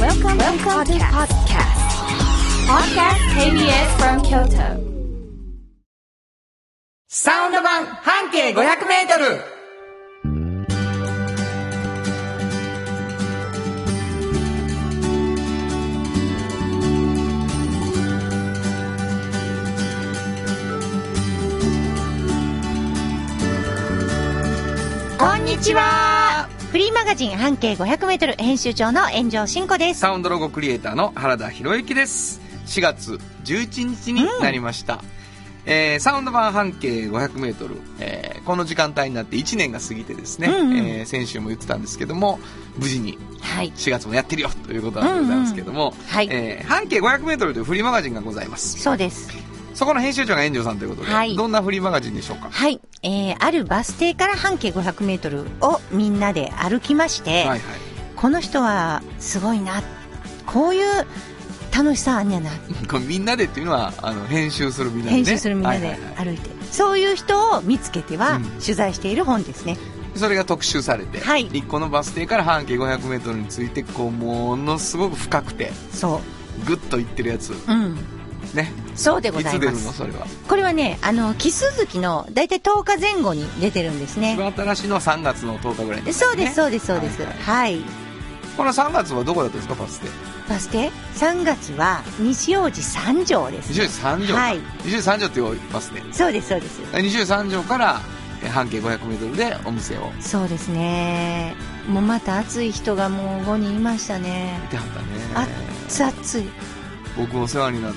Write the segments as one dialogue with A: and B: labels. A: Welcome, to the podcast. Podcast KBS from Kyoto.
B: サウンド版半径500メートル
C: こんにちはフリーマガジン半径 500m 編集長の炎上真子です
B: サウンドロゴクリエイターの原田博之です。4月11日になりました。えーサウンド版半径500メートル、えーこの時間帯になって1年が過ぎてですね、
C: うんうん
B: えー先週も言ってたんですけども、無事に
C: はい
B: 4月もやってるよということなんでございますけども、
C: はい
B: えー半径500メートルというフリーマガジンがございます。
C: そうです
B: そこの編集長が炎上さんということで、
C: はい
B: どんなフリーマガジンでしょうか
C: はいえー、あるバス停から半径 500m をみんなで歩きまして、
B: はいはい。
C: この人はすごいなこういう楽しさあんねやな、
B: これみんなでっていうのは、あの、編集するみんなで、ね。
C: 編集するみんな
B: は
C: で
B: いはいはい
C: 歩いて、そういう人を見つけては
B: うん
C: 取材している本ですね、
B: それが特集されて、
C: はい
B: 一個のバス停から半径 500m についてこうものすごく深くて
C: そ
B: グッといってるやつ
C: ううん
B: ね
C: そうでご
B: い
C: ざ
B: つ
C: い
B: 出
C: ま
B: るの
C: す
B: それは
C: これはねあの奇数月の大体10日前後に出てるんですね
B: 一番新しいのは3月の10日ぐらいに、
C: そうです、そうです、そうです。
B: はい
C: はい。
B: この3月はどこだったんですかバス停
C: そして、3月は西王子三条です。
B: 西三条、
C: はい
B: 西三条っていうバス停
C: そうです、そうです。
B: 西三条からえ半径 500m でお店を
C: そうですね。もうまた暑い人がもう5人いましたね。
B: 見てはった
C: あ
B: ね
C: 暑い。
B: 僕お世話にな,、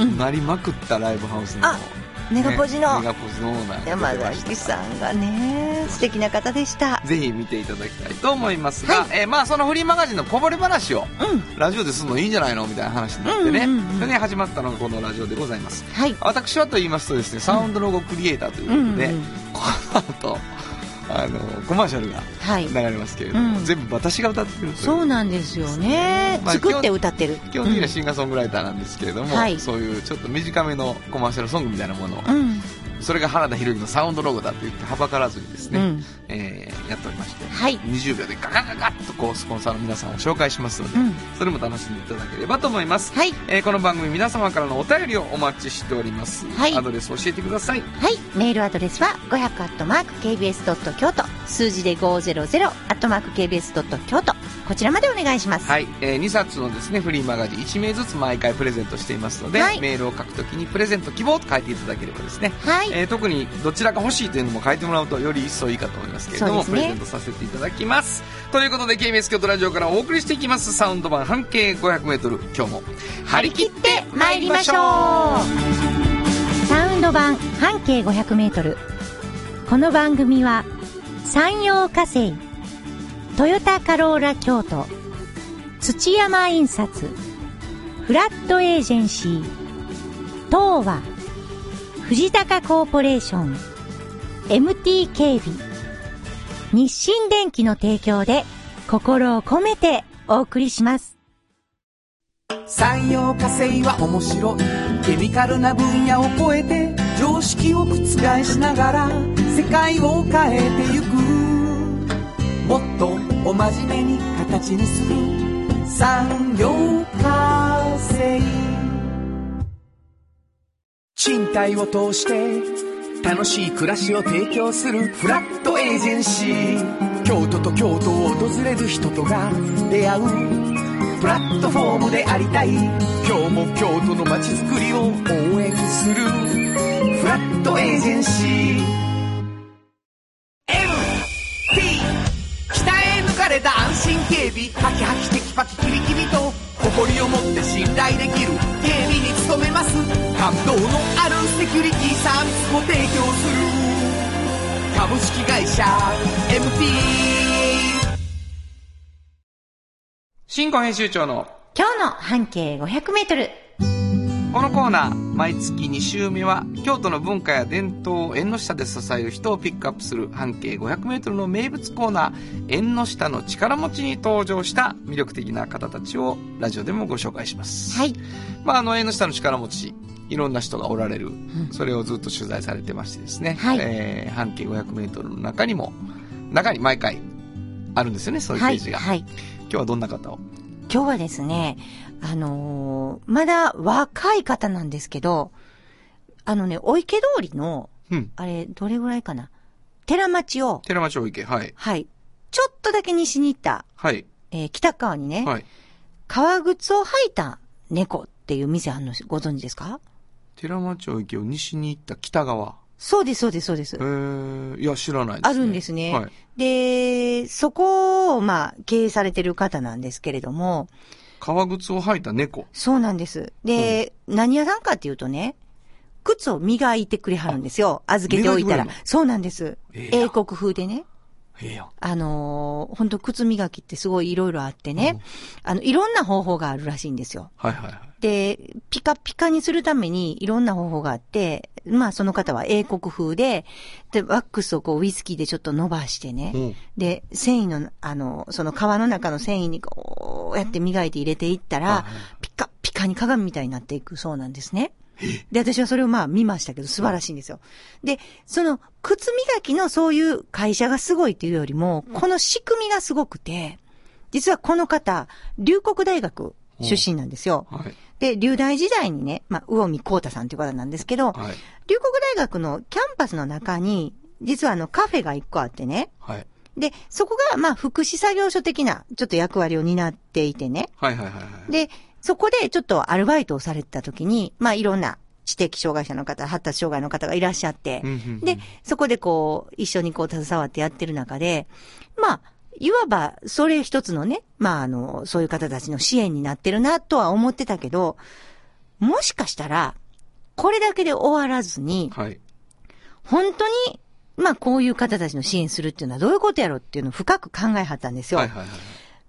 C: うん。
B: なりまくったライブハウスの
C: あネガポジの
B: ねメガポジのオーナーが
C: 山
B: 出てました
C: 崎さんがね、素敵な方でした。
B: ぜひ見ていただきたいと思いますが、
C: は
B: えーまあ、そのフリーマガジンのこぼれ話を
C: うん。
B: ラジオでするのいいんじゃないのみたいな話になってね、
C: うんうんうん
B: それで始まったのがこのラジオでございます
C: はい。
B: 私はと言いますとですねサウンドロゴクリエイターとい
C: う
B: うこ
C: ん、
B: とで、この後あのコマーシャルが
C: はい
B: 流。れますけれども、
C: うん
B: 全部私が歌ってるという
C: そうなんですよね。
B: まあ
C: 作って歌ってる。
B: 基本的にはシンガーソングライターなんですけれども、
C: うんはい
B: そういうちょっと短めのコマーシャルソングみたいなものを、
C: うん。うん。
B: それが原田裕之のサウンドロゴだと言ってはばからずにですね、
C: うん
B: えーやっておりまして、
C: はい
B: 20秒でガガガガッとこうスポンサーの皆さんを紹介しますので、
C: うん
B: それも楽しんでいただければと思います、
C: はい。
B: えーこの番組皆様からのお便りをお待ちしております、
C: はい
B: アドレス教えてください
C: はい、メールアドレスは5 0 0 k b s k y o t 数字で5 0 0 k b s k y o t こちらまでお願いします。
B: はい、え2冊のですねフリーマガジン1名ずつ毎回プレゼントしていますので、
C: はい
B: メールを書くときにプレゼント希望と書いていただければですね、
C: はい、
B: えー特にどちらか欲しいというのも書いてもらうとより一層いいかと思いますけれども、
C: そ
B: プ
C: うで
B: レ
C: すね
B: ゼントさせていただきますということで KBS 京都ラジオからお送りしていきますサウンド版半径 500m 今日も張
C: 張
B: り
C: り
B: 切
C: 切
B: っ
C: ってて
B: ま
C: ま
B: い
C: いり
B: りま
C: ま
B: し
C: し
B: ょ
C: ょ
B: う
C: うサウンド版半径500メートル。この番組は山陽火星、トヨタカローラ京都、土山印刷、フラットエージェンシー、東和、藤高コーポレーション、MT 警備、日清電機の提供で心を込めてお送りします。
D: 産業化成は面白いケミカルな分野を超えて常識を覆しながら世界を変えてゆくもっとお真面目に形にする産業化成賃貸を通して楽しい暮らしを提供するフラットエージェンシー京都と京都を訪れる人とが出会うプラットフォームでありたい今日も京都の街づくりを応援するフラットエージェンシー MT 北へ抜かれた安心警備ハキハキテキパキキビキビと誇りを持って信頼できる警備に努めます感動のあるセキュリティサービスを提供する株式会社 MT
B: 新語編集長の
C: 今日の半径500メートル。
B: このコーナー毎月2週目は京都の文化や伝統を縁の下で支える人をピックアップする半径 500m の名物コーナー縁の下の力持ちに登場した魅力的な方たちをラジオでもご紹介します、
C: はい。
B: まあ、あの縁の下の力持ちいろんな人がおられる、
C: ん
B: それをずっと取材されてましてですね、
C: はい
B: えー半径 500m の中にも中に毎回あるんですよねそういうペ
C: は
B: ー
C: い。
B: ジが、
C: はい。
B: 今日はどんな方を
C: 今今日はですね、あのーまだ若い方なんですけど、あのね、お池通りの、
B: うん。
C: あれ、どれぐらいかな。寺町を、
B: 寺町行け。はい。
C: はい。ちょっとだけ西に行った、
B: はい。
C: えー北川にね、
B: はい。
C: 革靴を履いた猫っていう店あるのご存知ですか
B: 寺町行けを西に行った北側。
C: そうです、そうです、そうです
B: え。ー、いや、知らないです、ね。
C: あるんですね。
B: はい。
C: で、そこを、まあ、経営されてる方なんですけれども、
B: 革靴を履いた猫。
C: そうなんです。で、何屋さんかっていうとね、靴を磨いてくれはるんですよ。預けておいた
B: 磨い
C: ら
B: てくれる。
C: そうなんです。
B: ええやん
C: 英国風でね。
B: ええやん。
C: あのー、本当靴磨きってすごいいろいろあってね、あの、いろんな方法があるらしいんですよ。
B: はいはいはい。
C: で、ピカピカにするためにいろんな方法があって、まあその方は英国風で、で、ワックスをこうウイスキーでちょっと伸ばしてね、
B: うん
C: で、繊維の、あの、その皮の中の繊維にこうやって磨いて入れていったら、ピカピカに鏡みたいになっていくそうなんですね。で、私はそれをまあ見ましたけど、素晴らしいんですよ。で、その、靴磨きのそういう会社がすごいっていうよりも、この仕組みがすごくて、実はこの方、龍谷大学出身なんですよ。
B: はい。
C: で、流大時代にね、まあ、魚見光太さんという方なんですけど、
B: はい。
C: 龍谷大学のキャンパスの中に、実はあのカフェが一個あってね、
B: はい。
C: で、そこがまあ福祉作業所的なちょっと役割を担っていてね、
B: はいはいはいはい。
C: で、そこでちょっとアルバイトをされてた時に、まあいろんな知的障害者の方、発達障害の方がいらっしゃって
B: うん、うんうん
C: で、そこでこう、一緒にこう携わってやってる中で、まあ、いわば、それ一つのね、まああの、そういう方たちの支援になってるなとは思ってたけど、もしかしたら、これだけで終わらずに、
B: はい。
C: 本当に、まあこういう方たちの支援するっていうのはどういうことやろっていうのを深く考えはったんですよ。
B: はいはいはい。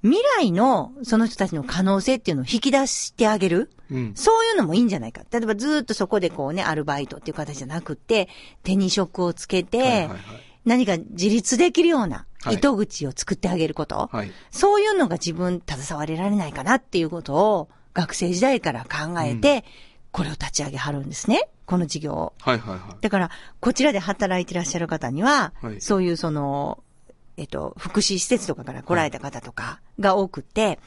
C: 未来のその人たちの可能性っていうのを引き出してあげる。
B: うん。
C: そういうのもいいんじゃないか。例えばずーっとそこでこうね、アルバイトっていう形じゃなくて、手に職をつけて、
B: はいはいはい
C: 何か自立できるような
B: はい
C: 糸口を作ってあげること。
B: はい。
C: そういうのが自分携われられないかなっていうことを学生時代から考えて、これを立ち上げはるんですね。この事業を。
B: はいはいは
C: だから、こちらで働いてらっしゃる方には、
B: はい
C: そういうその、えっと、福祉施設とかから来られた方とかが多くて、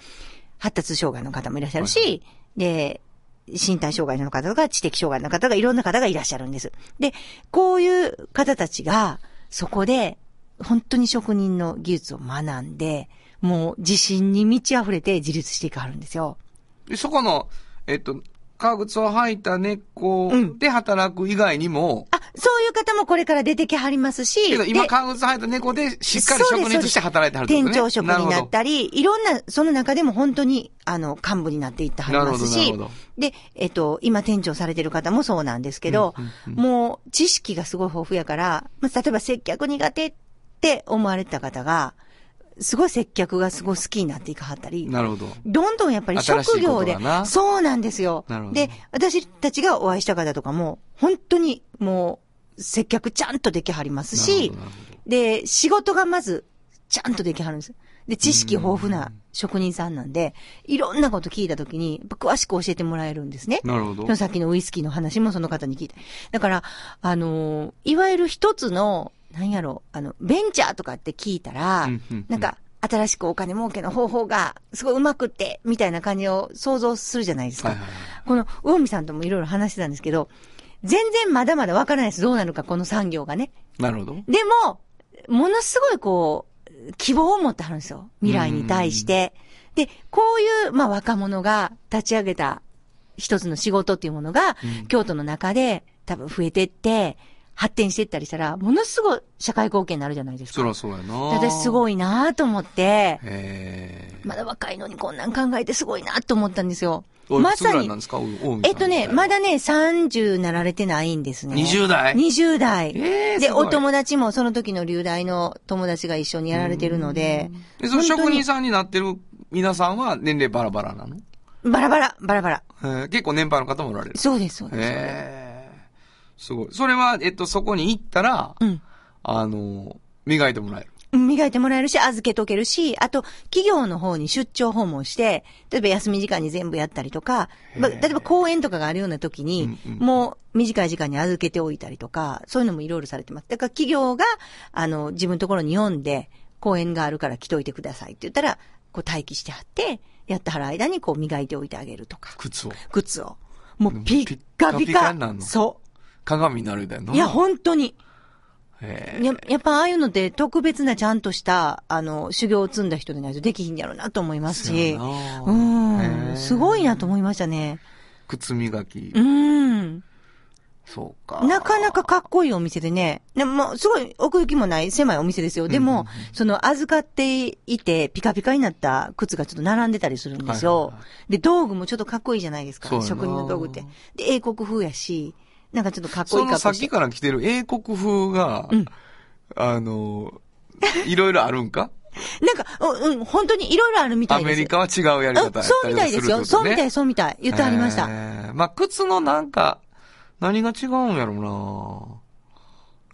C: 発達障害の方もいらっしゃるし、
B: は
C: で、身体障害の方とか知的障害の方がいろんな方がいらっしゃるんです。で、こういう方たちが、そこで、本当に職人の技術を学んで、もう自信に満ち溢れて自立していかはるんですよ。
B: い。で、そこの、えっと、革靴を履いた猫
C: うん
B: で働く以外にも、
C: あ、そういう方もこれから出てきはりますし。
B: けど今
C: で
B: 革靴履いた猫でしっかり職人として働いてはるってことね。
C: 店長職になっ
B: る
C: たり、いろんな、その中でも本当に、あの、幹部になっていっては
B: ほ
C: り
B: ど。なる
C: ま
B: ほ
C: す
B: ど、な
C: し
B: るほ、ど。
C: で、えっと、今店長されてる方もそうなんですけど、もう知識がすごい豊富やから、まあ例えば接客苦手って思われてた方が、すごい接客がすごい好きになっていかはったり、
B: なるほど。
C: どんどんやっぱり
B: 新しい
C: 職業で
B: ことがな、
C: そうなんですよ
B: なるほ。ど
C: で、私たちがお会いした方とかも、本当にもう、接客ちゃんとできはりますし
B: なるほどなるほ、
C: で、仕事がまず、ちゃんとできはるんです。で、知識豊富な職人さんなんで、いろんなこと聞いたときに、やっぱ詳しく教えてもらえるんですね。
B: なるほど
C: その。さっきのウイスキーの話もその方に聞いて。だから、あのーいわゆる一つの、なんやろう、あの、ベンチャーとかって聞いたら
B: うんうんうん、
C: なんか、新しくお金儲けの方法が、すごいうまくって、みたいな感じを想像するじゃないですか。
B: はいはいはい
C: この、魚見さんともいろいろ話してたんですけど、全然まだまだわからないです。どうなるか、この産業がね。
B: なるほど。
C: でも、ものすごいこう、希望を持ってはるんですよ。未来に対して。で、こういう、まあ若者が立ち上げた一つの仕事っていうものが、
B: うん
C: 京都の中で多分増えてって、発展していったりしたら、ものすごい社会貢献になるじゃないです
B: そ
C: か。
B: らそうやな
C: 私すご
B: い。
C: いなと思って、
B: えー。
C: まだ若いのにこんなん考えてすごいなと思ったんですよ。
B: おい
C: ま
B: くつぐ
C: さ
B: らい
C: に
B: なん、ですかお
C: えっとね、ま。
B: お海さん
C: だね、30なられてないんですね。
B: 20代
C: 20代。
B: ええ
C: で、
B: すごい
C: お友達も、その時の流大の友達が一緒にやられてるので、
B: で、その職人
C: 本
B: さんになってる皆さんは年齢バラバラなの
C: 当にバラバラ、バラバラ。
B: えー結構年配の方もおられる。
C: そうです、そうです。
B: えー、すごい。それは、えっと、そこに行ったら、
C: うん
B: あの、磨いてもらえる。
C: 磨いてもらえるし、預けとけるし、あと、企業の方に出張訪問して、例えば休み時間に全部やったりとか、まあ例えば公演とかがあるような時に、もう短い時間に預けておいたりとか、そういうのもいろいろされてます。だから企業が、あの、自分のところに読んで、公演があるから来といてくださいって言ったら、こう待機してはって、やってはる間にこう磨いておいてあげるとか、
B: 靴を。
C: 靴を。も
B: で
C: う
B: も
C: ピッカ
B: ピッカ
C: ピ
B: ピ
C: カ。
B: カになるの
C: そ
B: 鏡になるみたいな。
C: う。いや、本当に。
B: へえ
C: ややっぱああいうので特別なちゃんとした、あの、修行を積んだ人でないとできひんやろうなと思います
B: そう
C: し
B: や。な
C: う
B: へえ
C: ん。すごいなと思いましたね。
B: 靴磨き
C: う。ん。
B: そうか。
C: なかなかかっこいいお店でね、でもうすごい奥行きもない狭いお店ですよ。でも、その預かっていてピカピカになった靴がちょっと並んでたりするんですよ。
B: はいはいは
C: で、道具もちょっとかっこいいじゃないですか
B: そう。やな
C: 職人の道具って。で、英国風やし、なんかちょっとかっこい
B: そ
C: いか
B: の
C: っこ
B: さっ
C: いい
B: き。から来てる英国風が、
C: うん
B: あの、いろいろあるんか
C: なんか、うん、うん本当にいろいろあるみた
B: ア
C: いです。
B: メリカは違うやり方やっ
C: う
B: た
C: ん
B: り
C: そうみたいですす
B: るっ
C: よ。
B: てこと
C: そう
B: ね
C: みたい、そうみたい。言ってありました。
B: えーまあ、靴のなんか、何が違うんやろう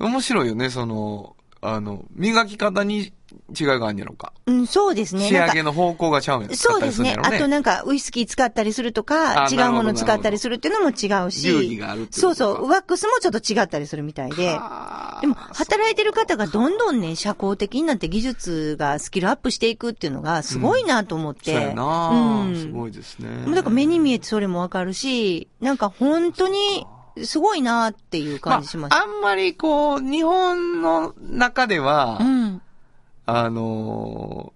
B: な面白いよね、その、あの、磨き方に違いがあるんやろうか。
C: うん、そうですね。
B: 仕上
C: なんか
B: げの方向がちゃうんやろ
C: そうですね。
B: 使った
C: あ
B: りる
C: と
B: んやろ
C: なんか、ウイスキー使ったりするとか
B: あ、
C: 違う
B: なるほど
C: もの使ったりするっていうのも違うし。
B: 流儀があるってこと
C: そう
B: か
C: そう。ワックスもちょっと違ったりするみたいで。
B: あー
C: でも、働いてる方がどんどんね、社交的になって技術がスキルアップしていくっていうのがすごいなと思って。
B: そうやな、
C: うん
B: すごいですね。
C: だから目に見えてそれもわかるし、なんか本当にすごいなっていう感じしました。
B: あ、あんまりこう、日本の中では、
C: うん。
B: あの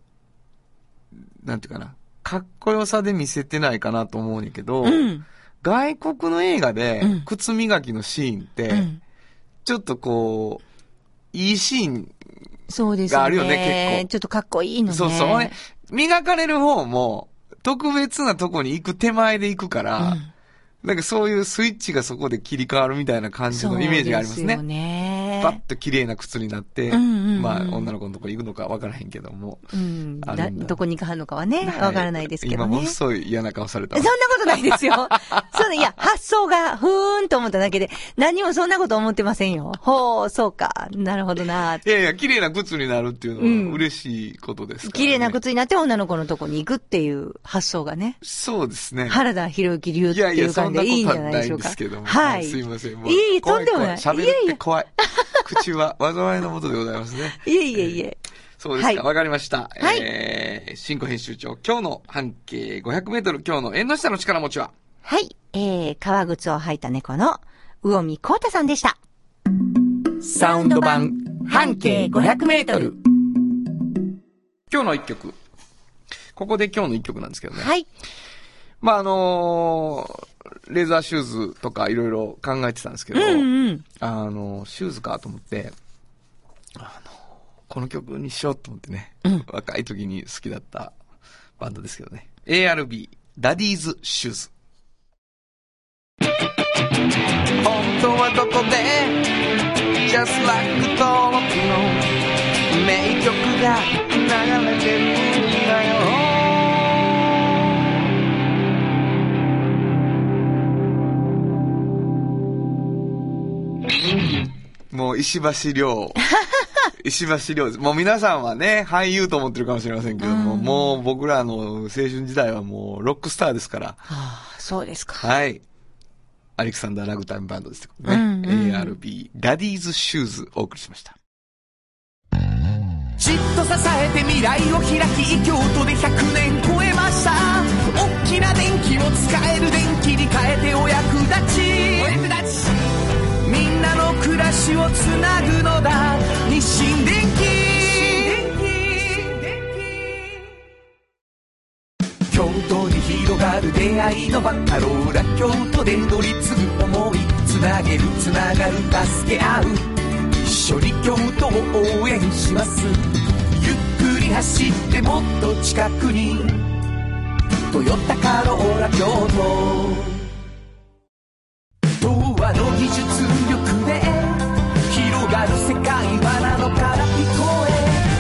B: ーなんていうかな、かっこよさで見せてないかなと思うんやけど、
C: うん。
B: 外国の映画で
C: うん
B: 靴磨きのシーンって、
C: うん
B: ちょっとこう、いいシーン、
C: そうです
B: が
C: ね。
B: あるよね結構
C: ちょっとかっこいいのね。
B: そうそう、俺磨かれる方も、特別なとこに行く手前で行くから、なんかそういうスイッチがそこで切り替わるみたいな感じのイメージがありますね
C: そう。で
B: パ
C: すよ
B: ッと綺麗な靴になって、
C: うんうんうん
B: まあ女の子のとこ行くのか分からへんけども。
C: うん、
B: あ
C: だ
B: るんだ
C: どこに行かはるのかはね、わからないですけど
B: 今もの
C: ね。
B: すごい嫌な顔された
C: そん
B: わ
C: な。ことないですよ。 そういや、発想が、ふーんと思っただけで、何もそんなこと思ってませんよ。ほう、そうか。なるほどな。
B: いやいや、綺麗な靴になるっていう
C: うん
B: のは嬉しいことですから、ね
C: 綺麗な。靴になって女の子のとこに行くっていう発想がね。
B: そうですね。
C: 原田博之流って
B: やい
C: い
B: や、
C: う
B: そ
C: 感
B: ん
C: じ
B: な
C: で
B: こ
C: いいん
B: と
C: じ
B: は
C: ゃな
B: ない
C: でし
B: い
C: ょ
B: ん
C: う
B: で
C: か。
B: すけども。
C: はい。
B: すいません。もう
C: いえいえ、と
B: 怖
C: んでもない。い
B: 怖喋る
C: えい
B: って怖い。口は災いのもとでございますね。
C: え、いえいえいえ。
B: そうですか、
C: は
B: わ、
C: い
B: かりまし
C: は
B: た。
C: い
B: えー、新語編集長、今日の半径500メートル、今日の縁の下の力持ちは、
C: はい。えー、革靴を履いた猫の、魚見光太さんでした。
E: サウンド版半径500メートル
B: 今日の一曲。ここで今日の一曲なんですけどね。
C: はい。
B: まあ、あのーレーザーシューズとかいろいろ考えてたんですけど、
C: うんうん。
B: あのーシューズかと思って、あのーこの曲にしようと思ってね、若い時に好きだったバンドですけどね。ARB、ダディーズシューズ。本当はどこで Just like 登録の名曲が流れてるんだよもう石橋 亮。石橋亮です。もう皆さんはね、俳優と思ってるかもしれませんけども、もう僕らの青春時代はもうロックスターですから。
C: そうですか。
B: はい。アレクサンダー・ラグタイムバンドですけどね。
C: うんうん
B: ARB、ダディーズ・シューズお送りしました。
E: じっと支えて未来を開き京都で100年超えました大きな電気を使える電気に変えてお役立ちお役立ちみんなの暮らしをつなぐのだ日清電気京都に広がる出会いのバカローラ京都で乗り継ぐ思いつなげるつながる助け合う一緒に京都を応援しますゆっくり走ってもっと近くに「トヨタカローラ京都」童話の技術力で広がる世界はなのから聞こえ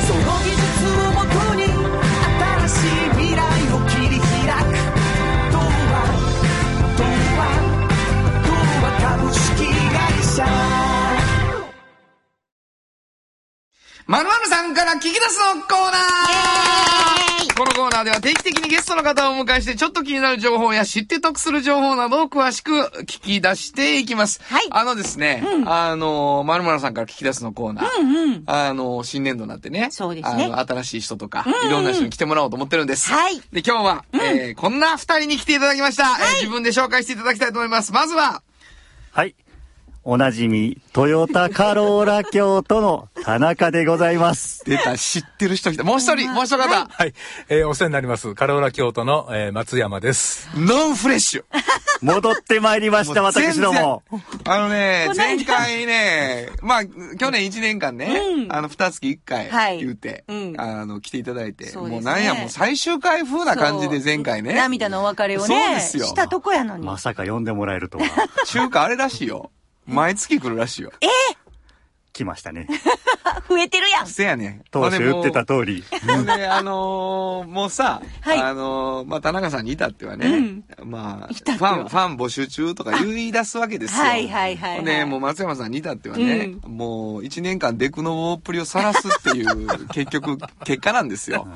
E: その技術をもとに新しい未来を切り開く童話童話童話株式会社
B: まるまるさんから聞き出すのコーナーこのコーナーでは定期的にゲストの方をお迎えして、ちょっと気になる情報や知って得する情報などを詳しく聞き出していきます。
C: はい
B: あのですね、あの、まるまるさんから聞き出すのコーナー。
C: うんうん。
B: あの、新年度になってね。
C: そうですね
B: あの、新しい人とか、いろんな人に来てもらおうと思ってるんです。
C: はい
B: で、今日は、えーこんな二人に来ていただきました。えー自分で紹介していただきたいと思います。まずは、
F: はい。おなじみ、トヨタカローラ京都の田中でございます。
B: 出た、知ってる人来た。もう一人、もう一人方、
G: はい。えーお世話になります。カローラ京都の、えー松山です。
B: ノンフレッシュ。
F: 戻ってまいりました、
B: もう全
F: 私
B: 然
F: ども。
B: あのね、
C: こないだ
B: 前回ね、まあ、去年1年間ね、あの、二月1
C: は
B: 回
C: い
B: 言うて、
C: うん
B: あの、来ていただいて、
C: そうですね
B: もうなんや、もう最終回風な感じで前回ね、
C: 涙のお別れを
B: そう
C: ね、
B: ですよ
C: したとこやのに。
F: まさか呼んでもらえるとは、
B: 中華あれらしいよ。毎月来るらしいよ。え
F: 来まし たね。
C: 増えてるやん。
B: せやねん。
F: 当初
B: ほんで
F: 言
B: も
F: っ
B: う
F: てた通り。
B: ほん で、あのーもうさ、
C: はい
B: あのーまあ、田中さんに至ってはね、まあ、
C: 至っ
B: フ
C: ては
B: ァン、ファン募集中とか言い出すわけですよ。
C: はいはいはいはい
B: ね、もう松山さんに至ってはね、もう一年間デクノボっぷりを晒すっていう、結 局、結果なんですよ。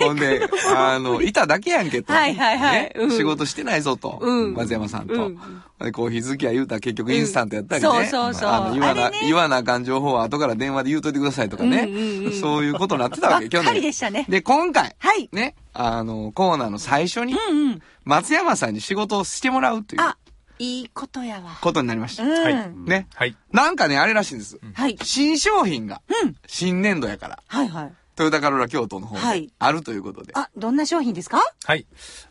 B: ほんで、あの、いただけやんけと。
C: はいはいはい
B: ね
C: うん
B: 仕事してないぞと、
C: うん
B: 松山さんと。
C: うん
B: でコーヒー好きや言うたら結局インスタントやったりね。
C: うんそうそうそう
B: あの言わな、
C: あれね
B: 言わなあかん情報は後から電話で言うといてくださいとか
C: う
B: ね。
C: んうんうん
B: そういうことになってた
C: ば
B: わ
C: っ
B: け、去
C: かり
B: 年。
C: でしたね。
B: で、今回、
C: はい
B: ね、あの、コーナーの最初に、
C: うんうん。
B: 松山さんに仕事をしてもらうという
C: あ、いいことやわ。
B: ことになりまし
C: う
B: た。
C: ん。
B: ね。
G: はい。
B: なんかね、あれらしいんです。
C: はい。
B: 新商品が、
C: うん
B: 新年度やから、
C: はいはい。
B: トヨタカローラ京都の方
C: は
B: で
C: い、
B: あるということで。
C: あ、どんな商品ですか
G: はい。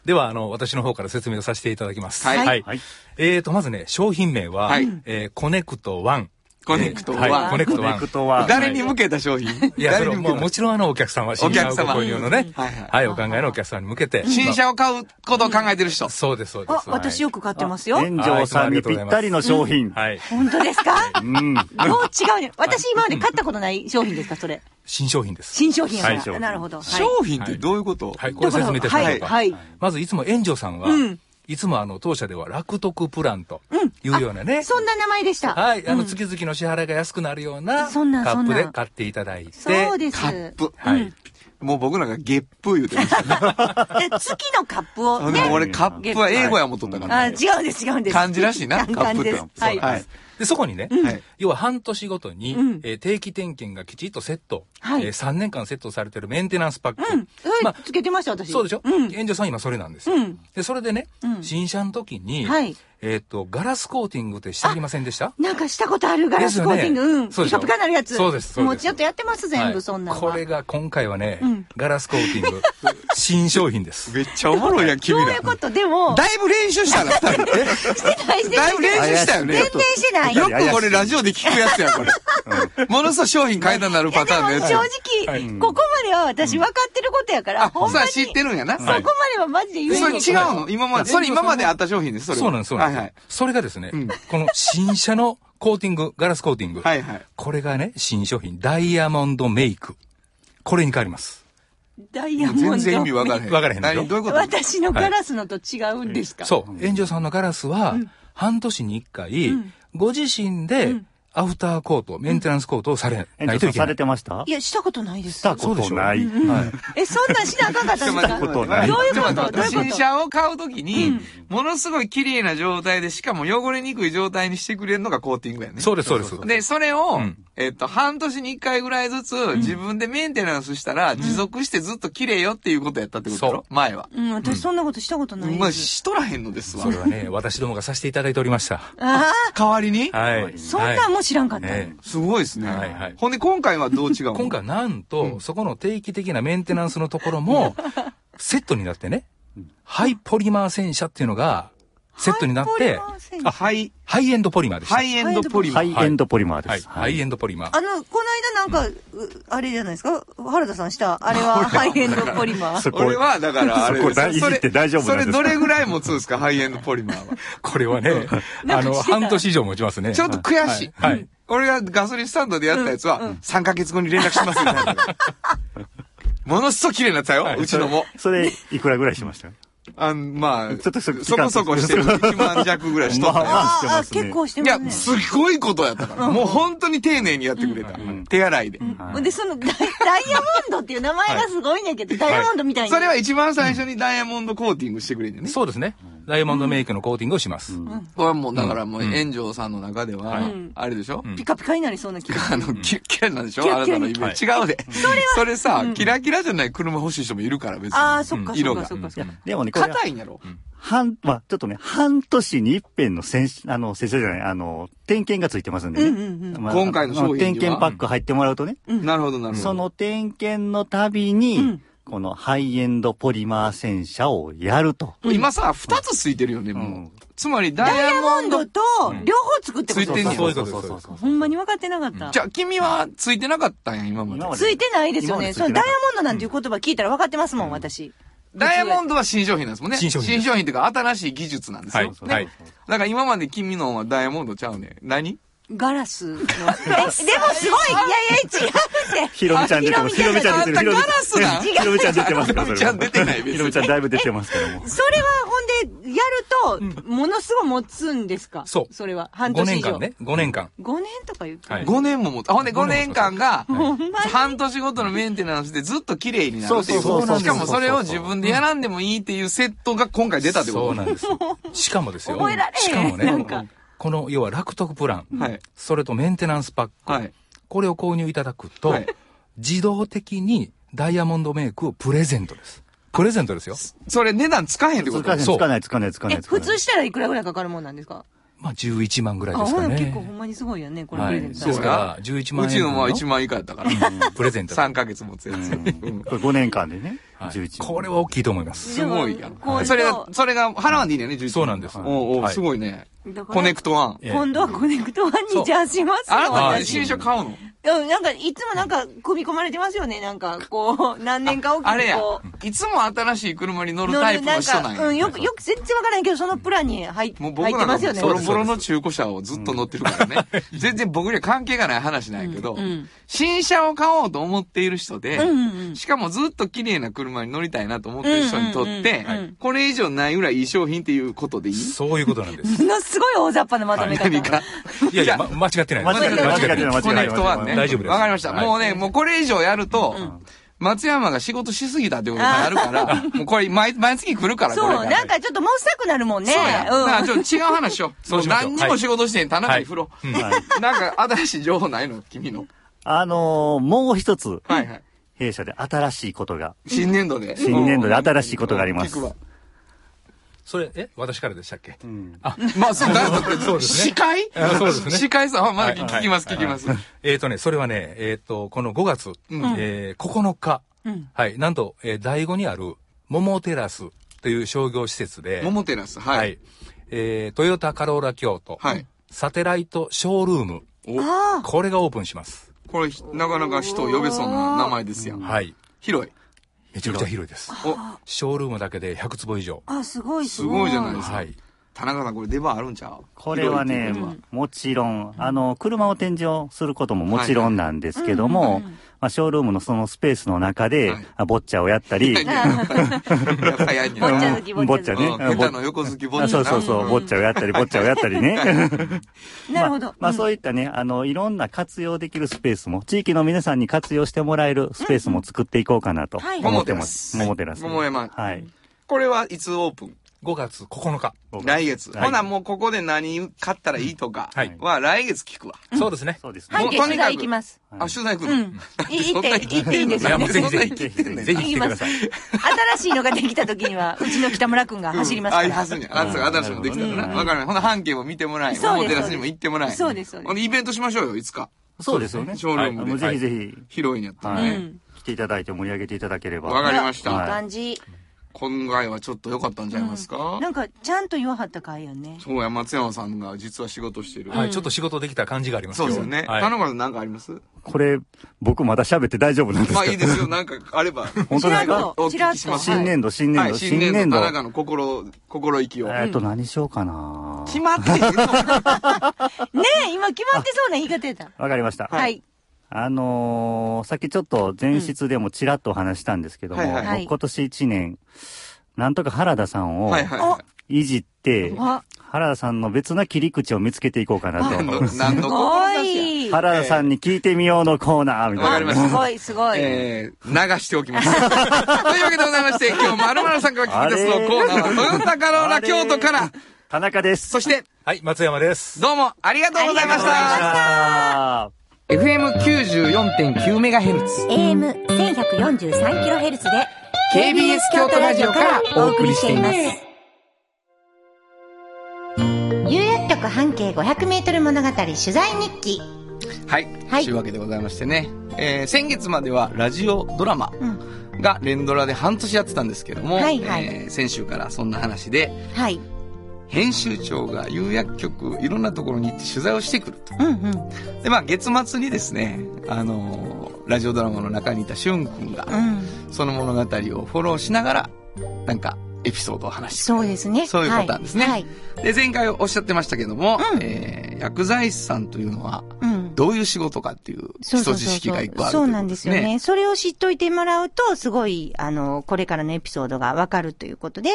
G: では、あの、私の方から説明をさせていただきます。
B: はい
F: はい
G: えーと、まずね、商品名は、
B: はい
G: えーコネクト1。
B: コネクト
G: えーは、
B: はい
G: コネク
F: コ
G: ト
F: ネ
G: 1
F: ク。トは、
B: 誰に向けた商品
G: いや、そ
B: 誰
G: れ
B: に向
G: は
B: け
G: もう
B: た
G: もちろんあの、お客様、新
B: お客様
G: 車をご購入のね、
B: はい
G: はい、お考えのお客様に向けて。
B: 新車を買うことを考えてる人。
G: そうです、そうです。
C: あ、私よく買ってますよ。
F: 炎上さんにぴったりの商品。
G: はい。はい。
C: 本当ですか
F: うん。
C: どう違うの私今まで買ったことない商品ですかそれ。
G: 新商品です。
C: 新商品やか
F: 新商
C: ら。
F: 品
C: なるほど。はい。
B: 商品ってどういうこと
G: はい、これ説明いたしましょうか。
C: はいはい
G: まず、いつも炎上さんは、
C: うん
G: いつもあの、当社では楽得プランというようなね、
C: そんな名前でした。
G: はい、あの、月々の支払いが安くなるような、カ
C: そんなそ
G: ッ
C: ん
G: プ
C: な
G: で買っていただいて。
C: そうです。
B: カップ。
G: はい。
B: もう僕なんかゲップ言うてましたね。
C: で月のカップ を
B: でも
C: ね。
B: 俺カップは英語やもとったから
C: あ、
B: ね。
C: 違うんです、違うんです。
B: 漢字らし いな、カ
C: 漢
B: ップ
C: 字
B: っ
C: で
B: て
C: す。。はい。
B: はい。
G: で、そこにね、
B: はい
G: 要は半年ごとに、
C: ん
G: えー定期点検がきちっとセット、
C: はい
G: え3年間セットされてるメンテナンスパック。
C: うん。そ
G: ま
C: れ
G: あ
C: つけてました、私。
G: そうでしょ、
C: うん。
G: 炎上さん今それなんですよ。
C: うん
G: で、それでね、
C: うん
G: 新車の時に、
C: はい
G: えっ、と、ガラスコーティングってしてありませんでした
C: なんかしたことあるガラスコーティング。
G: ですよね
C: うん。
G: そうで
C: ピ
G: しょ
C: カピカになるやつ。
G: そうですそうです
C: もうちょっとやってます、全部、そんな
G: は
C: の
G: い
C: は。
G: これが今回はね、
C: うん
G: ガラスコーティ ング、新商品です。
B: めっちゃおもろいやん、君
C: そう
B: ら
C: い。うこと、でも、
B: だいぶ練習したな、二 人。
C: してないしてな
B: だ
C: い
B: いぶ練習したよね。
C: 全然してない。
B: よく俺ラジオで聞くやつや、これ。ものすごい商品変えたなるパターンの
C: で
B: や
C: も
B: つ
C: 正
B: や。
C: 直、ここまでは私分かってることやから、
B: あ、
C: ほん
B: さ
C: ま
B: あ
C: に、
B: 知ってるんやな。
G: はい
C: ここまではマジで言え
B: そ
C: な
B: れ
C: い。
B: 違うの今まで。それ今まであった商品です、それは。
G: そうなんです、そうなんで
B: はい
G: す。
B: はい。
G: それがですね、
B: うん
G: この新車のコーティング、ガラスコーティング。
B: はいはい
G: これがね、新商品、ダイヤモンドメイク。これに変わります。
C: ダイヤモンド。
B: 全然意味わからへん。
G: わからへんでしょ
B: 何どういうこと
C: 私のガラスのと違うんですか、
G: そう。炎上さんのガラスは、半年に一回、ご自身で、アフターコート、メンテナンスコートをされな
F: 炎
G: い
F: 上
G: と
F: さ
G: い
F: ん
G: け
F: さ
G: ない。
F: れてました
C: いや、したことないです。
F: したことない。はい
C: え、そんなんしなあかんかったんですか
F: ことない
C: どういうこと
B: ちょっと待って
C: どういうこと
B: 新車を買うときに、ものすごい綺麗な状態で、しかも汚れにくい状態にしてくれるのがコーティングやね。
G: そうです、そうです。
B: で、それを、
G: ん
B: えっと、半年に一回ぐらいずつ、自分でメンテナンスしたら、持続してずっと綺麗よっていうことやったってことだろ
G: そ
B: 前は。
C: うん、私そんなことしたことない
B: まあ、
C: です。
B: しとらへんのですわ
G: そ。れはね、私どもがさせていただいておりました。
C: あ
B: 代わりに
G: はい。
C: あ、そんなん
G: はい
C: もう知らんかった。
G: ええ
B: すごいですね。
G: はいはい
B: ほんで、今回はどう違うの
G: 今回はなんと、そこの定期的なメンテナンスのところ も、セットになってね、ハイポリマー洗車っていうのが、セットになっ
C: ハイポリ
G: て
C: マー洗、車
B: あ、ハイ、
G: ハイエンドポリマーでした。
B: ハイエンドポリマ
F: ハ
B: ー。
F: イエンドポリマー
G: は
F: で
G: い。
F: す。
G: ハイエンドポリマー。
C: あの、この間なんか、うあれじゃないですか原田さんした、あれはハイエンドポリマー。
F: そこ
B: 俺は、だから、あれ
F: そこ大事って大丈夫なんですか
B: それ、それどれぐらい持つんですか、ハイエンドポリマーは。
G: これはね、あの、半年以上持ちますね。
B: ちょっと悔しい。
G: はいはい
B: 俺がガソリンスタンドでやったやつは、3ヶ月後に連絡しますみたいな。ものすごく綺麗になってたよ、うちのも。
F: それ、いくらぐらいしました
B: あんまあ、
F: ちょっとそ
B: そこそこしてる。1万弱ぐらいしとったよ
F: まあ
C: あーあ
F: し
C: ー、
F: てますね
C: 結構して
B: い
C: ま
B: や
C: す、ね。
B: すごいことやったから。もう本当に丁寧にやってくれた。
F: ん
B: 手洗いで。
F: はい
C: で、そのダイ、 ダイヤモンドっていう名前がすごいねんけど、ダイヤモンドみたいに。
B: それは一番最初にダイヤモンドコーティングしてくれんねんね。
G: そうですね。ダイヤモンドメイクのコーティングをします。
B: これはもう、だからもう、炎上さんの中では
C: うん、
B: あれでしょ、
C: ピカピカになりそうな気がす
B: あ
C: る。
B: の、キュッキュラなんでしょ
C: キュ
B: あ
C: ッ
B: な
C: キュ
B: た
C: ラ
B: の
C: に
B: イメージ。違うで。それさ、キラキラじゃない車欲しい人もいるから、別に。
C: ああ、そっか、そ
B: 色
C: っ
B: が
C: か、そっか、そっか。
F: でもね、これは
B: 硬いんやろ
F: 半、まあ、ちょっとね、半年に一遍の先あの、先生じゃない、あの、点検がついてますんでね。
C: うんうん
F: まあ
B: 今回の商品には
F: 点検パック入ってもらうとね、
B: なるほど、なるほ
F: そ
B: ど。
F: の点検のたびに、
C: うん
F: このハイエンドポリマー洗車をやると。
B: 今さ、二つついてるよね、
F: う。
B: もうんつまり、
C: ダ
B: ダ
C: イ
B: イ
C: ヤモ
B: ヤモ
C: ン
B: ン
C: ド
B: ド、
C: と、両方作ってこ
B: つ
C: と
B: いてんねや
G: そういうことですそういうこと
F: そう
C: ほんまに分かってなかった
B: じ。ゃあ君はついてなかったんや、今まで
F: 今。まで
C: ついてないですよ
F: 今ま
C: ね。
F: つい
C: そ
F: て
C: の
F: な
C: ダ
F: い
C: イヤモンドなんていう言葉聞いたら分かってますもん、私。
B: ダイヤモンドは新商品なんですもんね。
G: 新商品です
B: 新商品っていうか、新しい技術なんですよ。
G: はい
B: ね
G: はい
B: だから今まで君のはダイヤモンドちゃうね。何
C: ガラスの。え、でもすごい、いやいや、違うって。
F: ひろみちゃん出てます。
C: あ
F: ひろみちゃん出て
B: あ
F: る。
B: んたガラスなん
F: ひろみちゃん出てますから、
B: ひろみちゃん出てない別に
F: ひろみちゃんだいぶ出てますから、もう。
C: それはほんで、やると、ものすごい持つんですか
G: そう
C: それは。半
G: 5
C: 年以
G: 年
C: 上。
G: 間ね。5年間。
C: 5年とか言って。
G: はい
B: ?5 年も持った。ほんで5年間が、
C: ほんまに。
B: 半年ごとのメンテナンスでずっと綺麗になるっていう
F: そうそうそうそう
B: しかもそれを自分でやらんでもいいっていうセットが今回出たってこ
G: そ
B: と
G: うなんです。しかもですよ。
C: 覚えられへん
G: しかも
C: なんか
G: ね、この、要は楽得プラン、
B: はい
G: それとメンテナンスパック、
B: はい
G: これを購入いただくと、
B: はい
G: 自動的にダイヤモンドメイクをプレゼントです。プレゼントですよ。
B: それ値段つかへんってこ
F: つ
B: と
F: かない、
G: そう
F: つかない、つかない、つかな
C: え
F: い。、つかな
C: 普
F: い
C: 通したらいくらぐらいかかるもんなんですか
G: まあ、11万ぐらい
C: あ、
G: です
C: ほ
G: か
C: ん
G: ね。
C: な結構ほんまにすごいよね、これ
G: は
C: プレ
G: い
C: ゼントさ
G: で
C: れ
G: す
C: た。
G: からら11万円
B: うちのは1万以下やったから。
G: プレゼント。
B: 3ヶ月持つやつ。うん
F: これ5年間でね、
G: はい
F: 11
G: これは大きいと思います。
B: すごいやん
C: こう
B: それが、それが払わんでいいんだよね、11
G: そうなんです
B: おうおう
G: はい
B: すごいね。
C: だから
B: コネクトワン。
G: ええ
C: 今度はコネクトワン
G: そ
C: に
G: う
C: じゃあしますよ、
B: あなたね、
G: はい
B: 新車買うの
C: うん、なんか、いつもなんか、組み込まれてますよね。なんか、こう、何年かおき
B: あれ
C: に
B: や
C: こう。。
B: いつも新しい車に乗るタイプの人なんや。
C: うん、よく、よく全然わからんけど、そのプランに入っ
B: もう
C: 入
B: 僕
C: って
B: ら
C: ますよ
B: の
C: ね。
B: ボロボロの中古車をずっと乗ってるからね。 全然僕には関係がない話なんやけ
C: う
B: ど、
C: んうん
B: 新車を買おうと思っている人で、
C: うんうんうん
B: しかもずっと綺麗な車に乗りたいなと思ってる人にとって、
C: うんうんうん
B: これ以上ないぐらいいい商品っていうことでいい
G: そういうことなんです。
C: ものすごい大雑把なまとめ方。
B: 何か。
G: いやいや、ま間違ってない。
F: 間違ってない間違ってない間違って
B: コ
F: な
B: ネ
F: い
B: クトはね。
G: 大丈夫です
B: わかりました。
G: はい
B: もうね、もうこれ以上やると、松山が仕事しすぎたってことになるから、もうこれ毎、毎月来るから、これ
C: そう、
B: が。
C: なんかちょっともうしたくなるもんね。
B: そうや。だから
C: ん。
B: ちょっと違う話し よう。
G: そ
B: も
G: う
B: う
G: しましょう
B: 何にも仕事してん、田中に振ろう。
F: はい
B: なんか新しい情報ないの君の。
F: あのーもう一つ、
B: はいはい。
F: 弊社で新しいことが、
B: 新年度で。
F: 新年度で新しいことがあります
B: うん聞くわ
G: それ、え私からでしたっけ
B: まあ、そう、だからこれ
G: そうですね
B: 司会
G: あそうですね
B: 司会さん、あまだ
G: はい
B: 聞きます、聞きます。
G: えっ、とね、それはね、えっ、と、この5月、えー9日、はい、なんと、えー、第5にある、桃テラスという商業施設で、
B: 桃テラス、
G: は、
B: はいい。
G: えートヨタカローラ京都、
B: はい
G: サテライトショールーム、
C: あ
G: これがオープンします。
B: これ、なかなか人を呼べそうな名前ですやん。
G: はい。
B: 広い。
G: めちゃくちゃ広いです。
B: お、
G: ショールームだけで100坪以上。
C: あ、あ、すごい、
B: すごいじゃないですか。
G: はい。
B: 田中さん、これ出番あるんちゃう
F: これはね、もちろん、あの、車を展示をすることももちろんなんですけども、まあ、ショールームのそのスペースの中で、
B: はい
F: あボッチャをやったり、
B: 広いっていうのは早 いんや
C: ボッチャ
B: な
C: 好き
F: うんボッチャね。
B: うん下手の横好きボッチャな
F: あそうそうそう、ボッチャをやったり、ボッチャをやったりね。
C: なるほど。
F: まあ
C: うん
F: そういったね、あの、いろんな活用できるスペースも、地域の皆さんに活用してもらえるスペースも作っていこうかなと
C: はい
F: 思ってます。
B: 桃
F: 桃
B: テ
F: テ
B: ラ
F: ラ
B: ス
F: ス。
B: 桃山
F: はい。
B: これはいつオープン
G: 5月9日。
B: 来月。
F: はい
B: ほな、もうここで何買ったらいいとか
G: はい
B: は来月聞くわ。
G: そうですね。
F: そうです
C: は
F: ね
C: い、
B: もうとにか
C: 取材
B: く
C: 行きます。
B: あ、取材来
C: う
B: る
C: ん。
B: い
C: い行って、行っていいんですよね。
G: いやぜひぜひ
B: 行ってんねん
G: ぜひ来てください。
C: 新しいのができた時に は、うちの北村くんが 走りますか
B: あ、
C: ら。
B: 走るんや。あ、そうか、新しいのできたら
F: う
B: な。
F: ん
B: わかるね。ほな、半径も見てもらい。
C: そうです
B: 桃テラスにも行ってもらい。
C: そうですそうです
B: ほんイベントしましょうよ、いつか。
F: そうですよね。
B: ショールーム
F: もう
B: で。
F: ぜひぜひ、
B: 広いんやったら
F: は
B: ね。
F: い。来ていただいて盛り上げていただければ。
B: わかりました
C: いい感じ。
B: 今回はちょっと良かったんちゃいますか
C: なんか、ちゃんと言わはった回やね。
B: そうや、松山さんが実は仕事してる。
G: はい、ちょっと仕事できた感じがあります
B: そうですよね。
G: はい
B: 田中さんなんかあります
F: これ、僕まだ喋って大丈夫なんです
B: ま
F: か
B: あいいですよ。なんかあれば。
F: 本当です
C: ちら
F: か
C: っと、ちらっ
B: お聞きしま
C: と。
B: す
F: 新年度、新年
B: は
F: 度、
B: い、新年度、田中の心、心意気を。
F: えっと、何しようかな
B: 決まってへんの
C: ねえ、今決まってそうな言い方やった。
F: わかりました。
C: はい。
F: あのーさっきちょっと前室でもちらっとお話したんですけども、
B: うんはいはい
C: はい
F: 僕今年1年、なんとか原田さんを
B: はいはいはい。
F: じって、
C: あ、
F: 原田さんの別な切り口を見つけていこうかないと。
B: 何
C: す
B: のこ
C: ご
A: 志
C: い。
F: 原田さんに聞いてみようのコーナーみ
B: わ
F: た
B: か
F: い
B: り
F: な
B: ま。
C: すごい、すごい。
B: えー、流しておき ます。というわけでございまして、今日まるまるさんから聞き出すのコーナーは、トヨタカローラ京都から、
F: 田中です。
B: そして、
G: はい、松山です。
B: どうもありがとうございました。
F: あ
B: FM94.9MHz、
H: AM 1143キロヘルツで
B: KBS 京都ラジオからお送りしています。
H: 有楽局半径500メートル物語取材日記。
B: はい。
H: はい
B: というわけでございましてね、えー先月まではラジオドラマが連ドラで半年やってたんですけども、
C: はいはい
B: えー先週からそんな話で、
C: はい。
B: 編集長が有薬局、いろんなところに行って取材をしてくると。
C: うんうん。
B: で、まあ月末にですね、あのーラジオドラマの中にいたしゅんくんが、
C: うん。
B: その物語をフォローしながら、なんか、エピソードを話してくれ
C: そうで
B: る
C: すね。
B: そういうことなんですね
C: はい。
B: で、前回おっしゃってましたけども、えー薬剤師さんというのは、
C: うん。
B: どういう仕事かっていう基
C: そうそ
B: 礎
C: う
B: 知
C: そう
B: 識が一個ある
C: そう
B: とい
C: な
B: こ
C: ん
B: と
C: ですよね。それを知っといてもらうと、すごい、あの、これからのエピソードがわかるということで、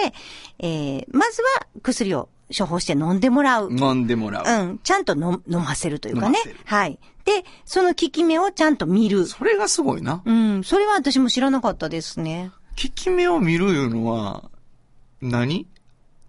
C: えー、まずは薬を処方して飲んでもらう。
B: 飲んでもらう。
C: うん。ちゃんと飲飲ませるというか
B: 飲
C: ね
B: ませる。
C: はい。で、その効き目をちゃんと見る。
B: それがすごいな。
C: うん。それは私も知らなかったですね。
B: 効き目を見るいうのは何、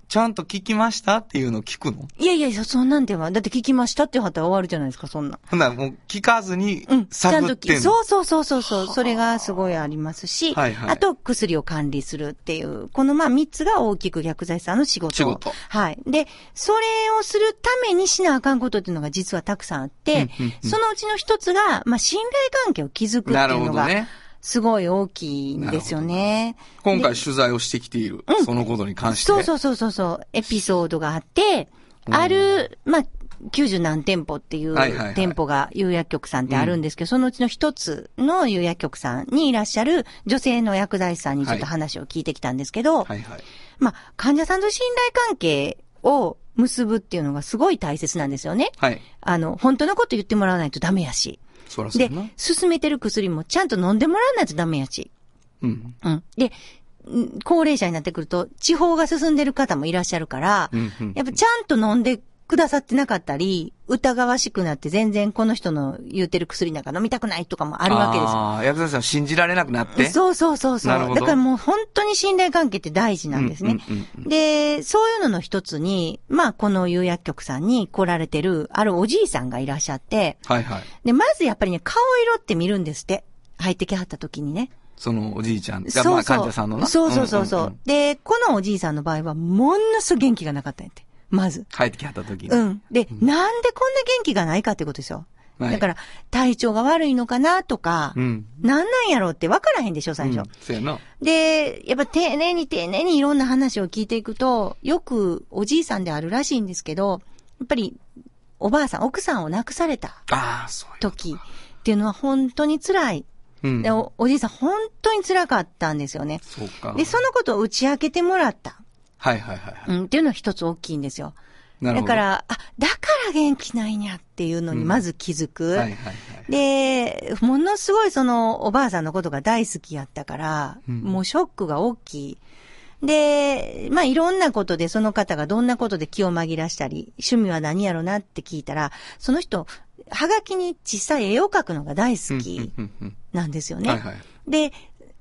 B: ちゃんと聞きましたっていうのを聞くの
C: いやいやいや、そんなんでは。だって聞きましたって方は終わるじゃないですか、そんな。
B: ほんならもう聞かずに
C: うん。ちゃん
B: 探
C: と
B: ってんの、
C: そうそうそうそうそう。それがすごいありますし、
B: はいはい
C: あと薬を管理するっていう、このまあ3つが大きく薬剤師さんの仕事。
B: 仕事
C: はい。で、それをするためにしなあかんことっていうのが実はたくさんあって、
B: うんうんうん
C: そのうちの一つが、まあ信頼関係を築くって
B: ないる
C: う
B: ほ
C: の
B: ど
C: が、
B: ね。
C: すごい大きいんですよね。
B: 今回取材をしてきている、そのことに関して。
C: そうそうそうそうそう、エピソードがあって、ある、まあ、90何店舗っていう
B: はいはいはい
C: 店舗が有薬局さんってあるんですけど、そのうちの一つの有薬局さんにいらっしゃる女性の薬剤師さんにちょっと
B: はい
C: 話を聞いてきたんですけど、
B: はいはい。
C: まあ、患者さんと信頼関係を結ぶっていうのがすごい大切なんですよね。
B: はい。
C: あの、本当のこと言ってもらわないとダメやし。
B: そらそう
C: で
B: やな。、
C: 勧めてる薬もちゃんと飲んでもらわないとダメやし。
B: うん。
C: うん。で、ん高齢者になってくると、地方が進んでる方もいらっしゃるから、
B: うんうん
C: やっぱちゃんと飲んでくださってなかったり、疑わしくなって全然この人の言うてる薬なんか飲みたくないとかもあるわけですよ。
B: ああ、薬剤師さん信じられなくなって。
C: そうそうそうそう。
B: なる
C: だ
B: ほど
C: からもう本当に信頼関係って大事なんですね。
B: うんうんうん
C: で、そういうのの一つに、まあこの有薬局さんに来られてる、あるおじいさんがいらっしゃって、
B: はいはい。
C: で、まずやっぱりね、顔色って見るんですって。入ってきはった時にね。
B: そのおじいちゃんが、
C: そうそう
B: まあ患者さんのな。
C: そうそうそうそう。
B: んんん
C: で、このおじいさんの場合は、ものすごい元気がなかったんやって。まず。
B: 帰ってきはった時に。
C: うん。で、なんでこんな元気がないかってことですよ。
B: はい
C: だから、体調が悪いのかなとか、
B: うん。
C: なんなんやろうって分からへんでしょ、最初。
B: うんそうやな。
C: で、やっぱ丁寧に丁寧にいろんな話を聞いていくと、よくおじいさんであるらしいんですけど、やっぱり、おばあさん、奥さんを亡くされた
B: ああ、そうや。
C: 時っていうのは本当に辛い。
B: うん
C: で。おおじいさん本当に辛かったんですよね。
B: そうか。
C: で、そのことを打ち明けてもらった。
B: はいはいはいは
C: うん、っていうのは一つ大きいんですよ。
B: い。なる
C: だ
B: ほど。
C: か、ら、あ、だから元気ないにゃっていうのにまず気づく。
B: はいはいはい。
C: で、ものすごいそのおばあさんのことが大好きやったから、
B: うん
C: もうショックが大きい。で、まあいろんなことでその方がどんなことで気を紛らしたり、趣味は何やろなって聞いたら、その人、はがきに小さい絵を描くのが大好き
B: うんうんうん
C: なんですよ
B: う
C: ね。
B: んはいはい。
C: で、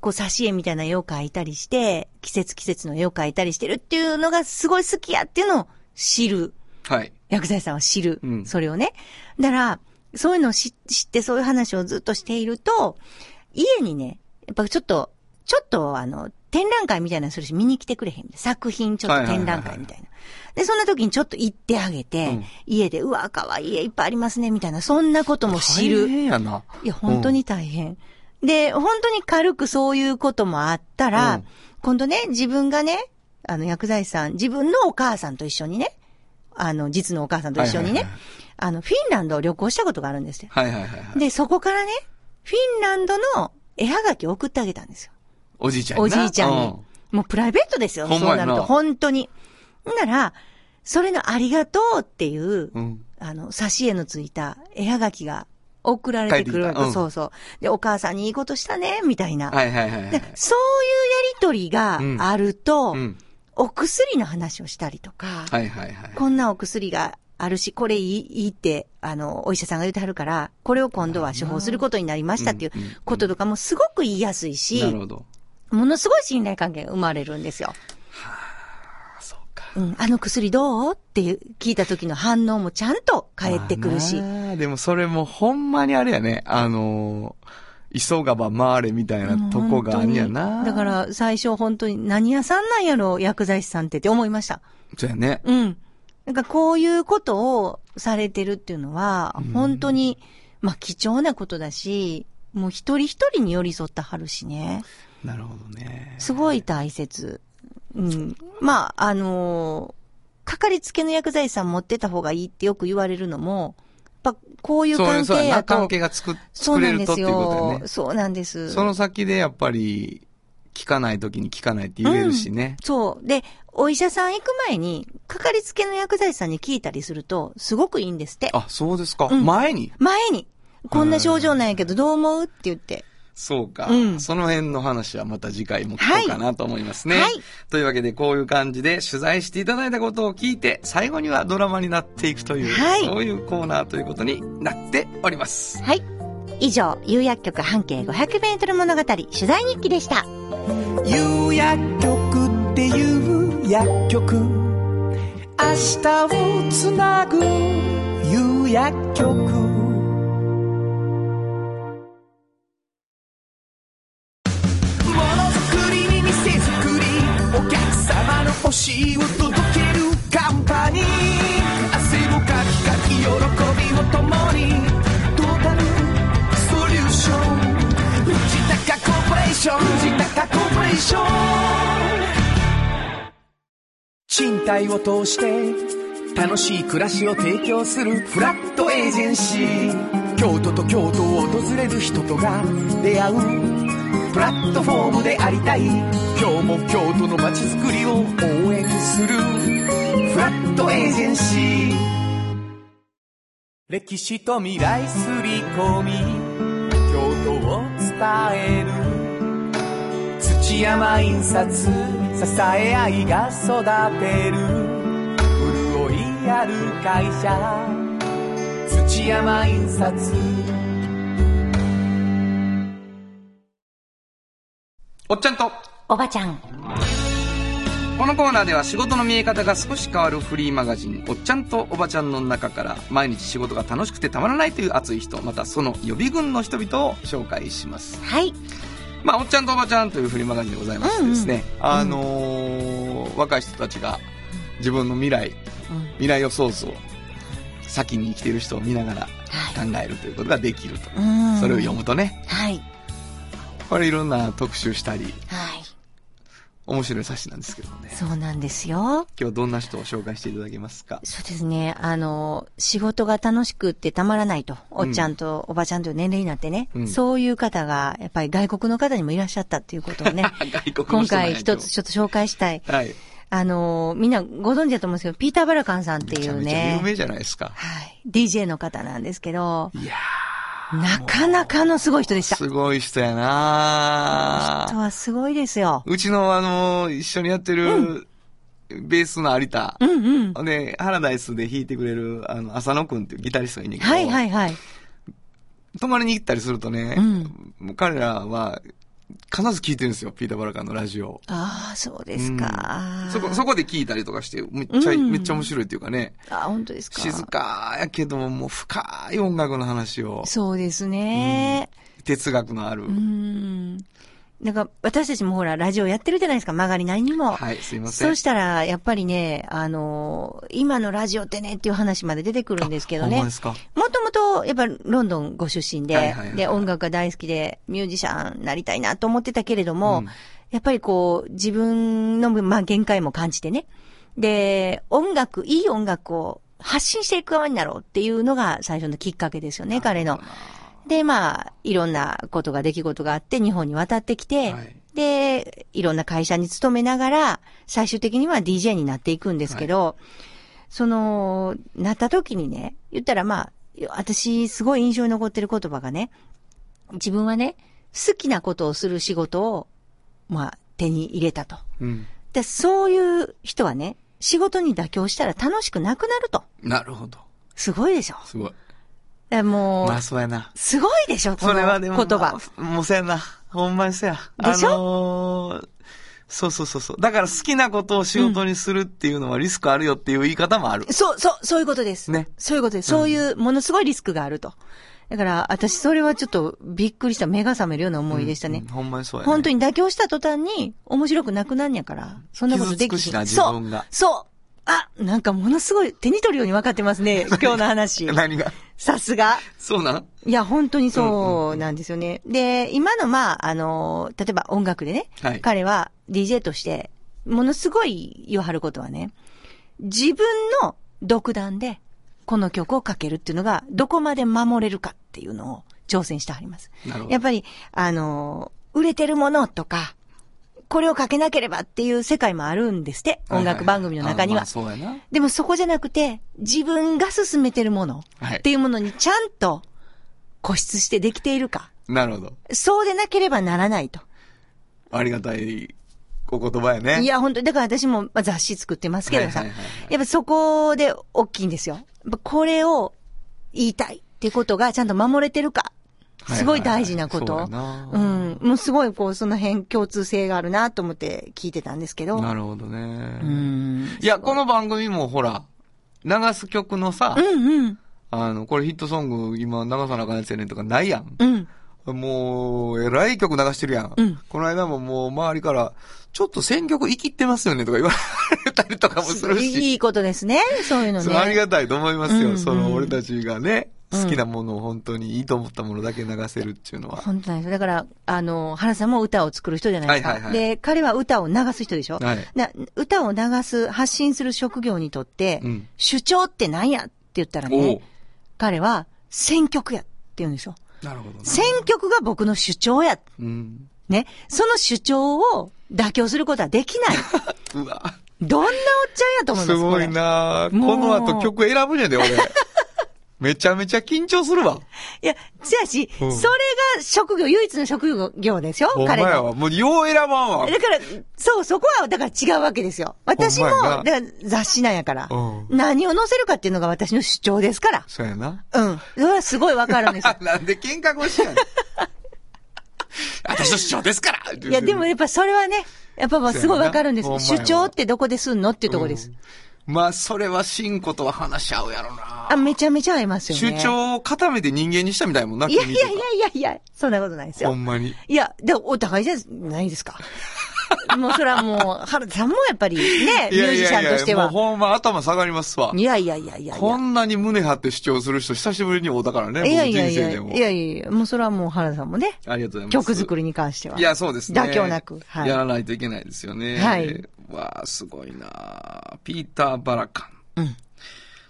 C: こう、挿絵みたいな絵を描いたりして、季節季節の絵を描いたりしてるっていうのがすごい好きやっていうのを知る。
B: はい。
C: 薬剤師さんは知る。
B: うん
C: それをね。だから、そういうのを知知って、そういう話をずっとしていると、家にね、やっぱちょっと、ちょっとあの、展覧会みたいなのするし、見に来てくれへん。作品ちょっと展覧会みたいな。で、そんな時にちょっと行ってあげて、
B: うん
C: 家で、うわ、可愛い絵いっぱいありますね、みたいな、そんなことも知る
B: 大。変やな。
C: いや、本当に大変。で、本当に軽くそういうこともあったら、
B: うん
C: 今度ね、自分がね、あの、薬剤師さん、自分のお母さんと一緒にね、あの、実のお母さんと一緒にね、
B: はいはいはいはい
C: あの、フィンランドを旅行したことがあるんですよ。
B: はいはいはいはい。
C: で、そこからね、フィンランドの絵はがきを送ってあげたんですよ。
B: おじいちゃんに
C: お
B: な
C: じいちゃんに。もうプライベートですよ、
B: ほん
C: そ
B: ま
C: う
B: や
C: な
B: な
C: ると。本当に。なら、それのありがとうっていう、
B: うん。うん
C: あの、挿絵のついた絵はがきが送られてくるわけ。
B: 帰ってきたう
C: そ
B: ん
C: うそう。で、お母さんにいいことしたね、みたいな。
B: はいはいはいはい。
C: でそういうやりとりが
B: うん
C: あると、
B: うん。
C: お薬の話をしたりとか、
B: はいはいはい。
C: こんなお薬があるし、これいい、いいって、あの、お医者さんが言ってはるから、これを今度は処方することになりましたっていう
B: うんうんうん
C: こととかもすごく言いやすいし
B: な、るほど。
C: ものすごい信頼関係が生まれるんですよ。
B: あ、そうか。
C: うん、あの薬どうっていう聞いた時の反応もちゃんと返ってくるし。
B: まあなあでもそれもほんまにあれやね。あのー急がば回れみたいなとこがあんや
C: うん本当
B: な。
C: にだか。ら最初本当に何屋さんなんやろ、薬剤師さんってって思いました。
B: そうやね。
C: うん。なんかこういうことをされてるっていうのは、本当に、まあ貴重なことだし、もう一人一人に寄り添ってはるしね。
B: なるほどね。
C: すごい大切。うん。まあ、あのーかかりつけの薬剤師さん持ってた方がいいってよく言われるのも、やっぱこういう
B: そう
C: 関
B: そう
C: 係
B: やな。
C: やと。
B: 関係が作、
C: そう
B: 作
C: な
B: れ
C: ん
B: る
C: で
B: とっ
C: す
B: ていうことや
C: よ
B: ね。。
C: そうなんです。
B: その先でやっぱり、聞かないときに聞かないって言えるしね。
C: そう。で、お医者さん行く前に、かかりつけの薬剤師さんに聞いたりすると、すごくいいんですって。
B: あ、そうですか。
C: うん
B: 前に。
C: 前に、こんな症状なんやけどどう思うって言って。
B: そうか、
C: うん
B: その辺の話はまた次回も聞こうかなと思いますね。
C: はい
B: というわけで、こういう感じで取材していただいたことを聞いて、最後にはドラマになっていくという、
C: はい
B: そういうコーナーということになっております。
C: はい。以上、有薬局半径500メートル物語取材日記でした。
E: 有薬局っていう薬局明日をつなぐ有薬局ものづくりに店づくりお客様の欲しいを届けるカンパニー汗をかきかき喜びを共にトータルソリューション藤高コーポレーション藤高コーポレーション賃貸を通して楽しい暮らしを提供するフラットエージェンシー京都と京都を訪れる人とが出会うプラットフォームでありたい今日も京都の街づくりを応援するフラットエージェンシー歴史と未来すり込み京都を伝える土山印刷支え合いが育てる潤いある会社土山印刷
B: おっちゃんと、
C: おばちゃん。
B: このコーナーでは仕事の見え方が少し変わるフリーマガジン、おっちゃんとおばちゃんの中から、毎日仕事が楽しくてたまらないという熱い人、またその予備軍の人々を紹介します。
C: はい。
B: まあ、おっちゃんとおばちゃんというフリマガジンでございましてですね、あのー若い人たちが自分の未来、
C: うん
B: 未来予想図を先に生きている人を見ながら考え るということができると。
C: うん
B: それを読むとね、
C: はい。
B: これいろんな特集したり、
C: はい。
B: 面白い冊子なんですけどね。
C: そうなんですよ。
B: 今日どんな人を紹介していただけますか
C: そうですね。あの、仕事が楽しくってたまらないと、おっちゃんとおばちゃんという年齢になってね、
B: うん、
C: そういう方が、やっぱり外国の方にもいらっしゃったっていうことをね
B: 外国の
C: 今
B: 人なんや
C: 回一つちょっと紹介したい。
B: はい。
C: あの、みんなご存知だと思うんですけど、ピーター・バラカンさんって
B: め
C: い
B: ちゃ
C: う
B: めちゃ有
C: ね、
B: 名じゃないですか。
C: はい。DJ の方なんですけど、
B: いや
C: なかなかのすごい人でし
B: ー、
C: た。人
B: すごい人やなー
C: はすごいですよ。
B: うちのあの、一緒にやってる、ベースの有田。
C: うんうん。
B: で、ハラダイスで弾いてくれる、あの、浅野くんっていうギタリストがいんねんけど、
C: はいはいはい。
B: 泊まりに行ったりするとね、
C: うん
B: もう彼らは、必ず聞いてるんですよ、ピーター・バラカンのラジオ。
C: ああ、そうですか
B: うん。そこ、そこで聞いたりとかして、めっちゃ、
C: うん
B: めっちゃ面白いっていうかね、
C: あ本当ですか。
B: 静かやけども、もう深い音楽の話を、
C: そうですね。
B: 哲学のある。
C: うん。なんか、私たちもほら、ラジオやってるじゃないですか、曲がりないにも。
B: はい、すいません。
C: そうしたら、やっぱりね、あのー今のラジオってねっていう話まで出てくるんですけど
B: ほん
C: ね
B: まで。すか
C: もともと、やっぱロンドンご出身で、
B: はいはいはいはい
C: で、音楽が大好きで、ミュージシャンになりたいなと思ってたけれども、
B: うん
C: やっぱりこう、自分の、まあ、限界も感じてね。で、音楽、いい音楽を発信していく側になろうっていうのが最初のきっかけですよね、彼の。で、まあ、いろんなことが、出来事があって、日本に渡ってきて、
B: はい
C: で、いろんな会社に勤めながら、最終的には DJ になっていくんですけど、その、なった時にね、言ったらまあ、私、すごい印象に残ってる言葉がね、自分はね、好きなことをする仕事を、まあ、手に入れたと。
B: うん。
C: で、そういう人はね、仕事に妥協したら楽しくなくなると。
B: なるほど。
C: すごいでしょ。
B: すごい。
C: だからもう、
B: まあ、そうやな。
C: すごいでしょ、こ
B: そ
C: の
B: れはで
C: 言
B: も、
C: 葉。
B: まあもうそうやな。ほんまにそうや。
C: でしょ
B: あのーそうそうそうそう。だから好きなことを仕事にするっていうのはリスクあるよっていう言い方もある。
C: そう、そう、そういうことです。
B: ね
C: そういうことです。そういう、ものすごいリスクがあると。だから、私、それはちょっと、びっくりした、目が覚めるような思いでしたね。
B: うんほんまにそうや、ね。
C: 本当に妥協した途端に、面白くなくなんやから、そんなことでき
B: 傷つくしな自
C: そう
B: 分が、。
C: そう。あ、なんかものすごい手に取るように分かってますね、今日の話
B: 何が
C: さすが。
B: そうなん
C: いや、本当にそうなんですよね。で、今の、まあ、あの、例えば音楽でね、
B: はい
C: 彼は DJ として、ものすごい言わはることはね、自分の独断で、この曲をかけるっていうのが、どこまで守れるかっていうのを挑戦してはります。
B: なるほど
C: やっぱり、あの、売れてるものとか、これをかけなければっていう世界もあるんですって、音楽番組の中には。
B: あまあそうやな。
C: でもそこじゃなくて、自分が進めてるもの
B: はい
C: っていうものにちゃんと固執してできているか。
B: なるほど。
C: そうでなければならないと。
B: ありがたいお言葉やね。
C: いや、本当にだから私もまあ雑誌作ってますけどさ。
B: はいはいはいはい
C: やっぱそこで大きいんですよ。やっぱこれを言いたいっていうことがちゃんと守れてるか。
B: はいはいはい、
C: すごい大事なこと。
B: そうやな
C: うん。もうすごいこう、その辺共通性があるなと思って聞いてたんですけど。
B: なるほどね。
C: うん。
B: いや、この番組もほら、流す曲のさ、
C: うんうん。
B: あの、これヒットソング今流さなあかんやつやねんとかないやん。
C: うん。
B: もう、えらい曲流してるやん。
C: うん
B: この間ももう周りから、ちょっと選曲生きってますよねとか言われたりとかもするし。
C: いいことですね。そういうの
B: そ
C: ね。
B: うありがたいと思いますよ。
C: うんうん
B: その、俺たちがね、
C: うん
B: 好きなものを本当にいいと思ったものだけ流せるっていうのは。
C: 本当なんですよ。だから、あの、原さんも歌を作る人じゃないですか。
B: はいはいはい
C: で、彼は歌を流す人でしょ、
B: はい
C: な歌を流す、発信する職業にとって、
B: うん
C: 主張ってなんやって言ったら
B: お
C: ね
B: う、
C: 彼は選曲やって言うんですよ。
B: なるほどね。
C: 選曲が僕の主張や。
B: うん。
C: ね。その主張を妥協することはでき ない。
B: うわ。
C: どんなおっちゃんやと思います
B: すごい。なあこ
C: もう
B: の後曲選ぶね んで、俺。めちゃめちゃ緊張するわ。
C: これいや、せやし、
B: うん
C: それが職業、唯一の職業でしょ
B: お前
C: 彼の。
B: は。もう、よう選ばんわ。
C: だから、そう、そこは、だから違うわけですよ。私も、
B: ほんまやな
C: だから雑誌なんやから
B: うん、
C: 何を載せるかっていうのが私の主張ですから。
B: そうやな。。
C: うん。それはすごいわかるんですよ
B: なん で喧嘩腰 やねん。私の主張ですから
C: いや、でもやっぱそれはね、やっぱまあすごいわかるんです
B: そうやなほん
C: 主
B: まや
C: 張ってどこですんのっていうところです。
B: まあ、それは真子とは話し合うやろな。
C: あ、めちゃめちゃ合いますよ
B: 主
C: ね。
B: 張を固めて人間にしたみたいもんな、
C: いやい
B: 君と
C: や
B: か
C: いやいやいや、そんなことないです
B: ほ
C: よ。
B: んまに。
C: いや、でもお互いじゃないですか。 もうそれはもう、原田さんもやっぱりね、ミュージシャンとして
B: も
C: は
B: う。ほんま頭下がりますわ。
C: いやいやいやいやいや
B: こ。んなに胸張って主張する人久しぶりに会うたからね、
C: いやい
B: 僕
C: や
B: の
C: い
B: 人
C: やい
B: 生で
C: や
B: も。
C: いやいや、もうそれはもう原田さんもね、
B: ありがとうございます。
C: 曲作
B: り。
C: りに関しては。
B: いや、そうですね。
C: 妥協なく。はい。
B: やらないといけないですよね。
C: はい
B: わあ、すごいなピーター・バラカン。
C: うん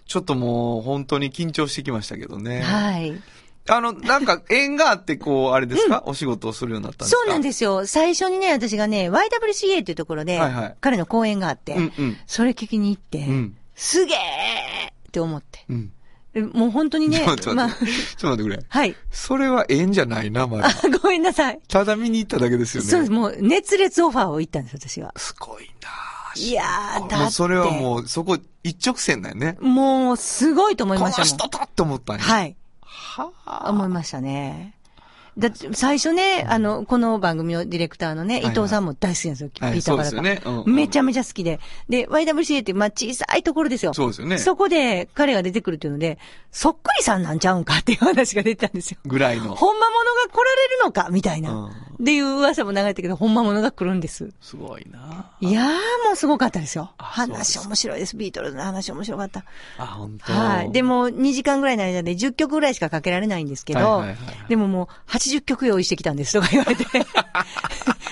B: ちょっともう本当に緊張してきましたけどね。
C: はい。
B: あの、なんか縁があってこう、あれですか、お仕事をするようになったんですか
C: そうなん
B: す。
C: ですよ。最初にね、私がね、YWCA っていうところで
B: はいはい、
C: 彼の講演があって
B: うんうん、
C: それ聞きに行って
B: ん、
C: すげえって思って。
B: うん。
C: でもう本当にね
B: ちょっ、と
C: ま
B: 待
C: あ
B: って、ちょっと待ってくれ。
C: はい。
B: それは縁じゃないな、まだ。
C: ごめんなさい。
B: ただ見に行っただけですよね。
C: そうです。もう熱烈オファーを言ったんです、私は。
B: すごいなあ
C: いやー、だ
B: も
C: っ
B: う
C: て。
B: それはもう、そこ一直線だよね。
C: う。もう、すごいと思い
B: この
C: ましたもん。
B: 人だって思ったんや。
C: はい。
B: はあ。
C: 思いましたね。だって、最初ね、あの、この番組のディレクターのね、
B: いはい
C: 伊藤さんも大好きなんですよ、
B: はい
C: ピーター・バラ
B: そ
C: カン
B: うですよねうんうん
C: めちゃめちゃ好きで。で、YWCA って、まあ、小さいところですよ。
B: そうですよね
C: そこで、彼が出てくるっていうので、そっくりさんなんちゃうんかっていう話が出てたんですよ。
B: ぐらいの。
C: ほんまものが来られるのかみたいな。っていう噂も流れてけど、ほんまものが来るんです。
B: すごいなあ
C: いやー、もうすごかったですよ。
B: そうで
C: 話
B: す
C: 面白いです。ビートルズの話面白かった。
B: あ、本当。
C: はい。でも、2時間ぐらいの間で10曲ぐらいしかかけられないんですけど、
B: はいはいはいは
C: でももう、80曲用意してきたんですとか言われ て、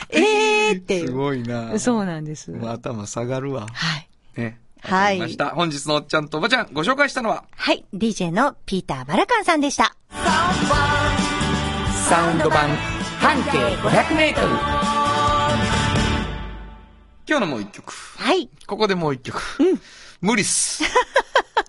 C: えーってい
B: す
C: う。
B: ごいな
C: そうなんです。
B: もう頭下がるわ。
C: はい。
B: ね。
C: はい
B: わかりました。本日のおっちゃんとおばちゃん、ご紹介したのは、
C: はい。DJ のピーター・バラカンさんでした。
E: サウンド版半径500メートル
B: 今日のもう一曲。
C: はい。
B: ここでもう一曲。無理っす。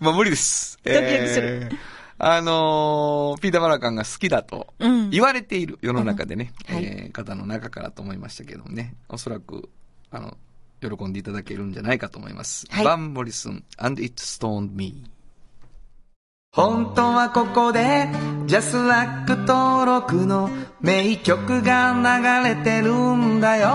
B: まあ無理です。
C: ドキドキする
B: えーあのーピーター・バラカンが好きだと
C: うん
B: 言われている世の中でね、
C: うんはい
B: えー方の中からと思いましたけどもね、おそらく、あの、喜んでいただけるんじゃないかと思います。
C: はい
B: バン・モリスン and It Stoned Me。本当はここで、ジャスラック登録の名曲が流れてるんだよ。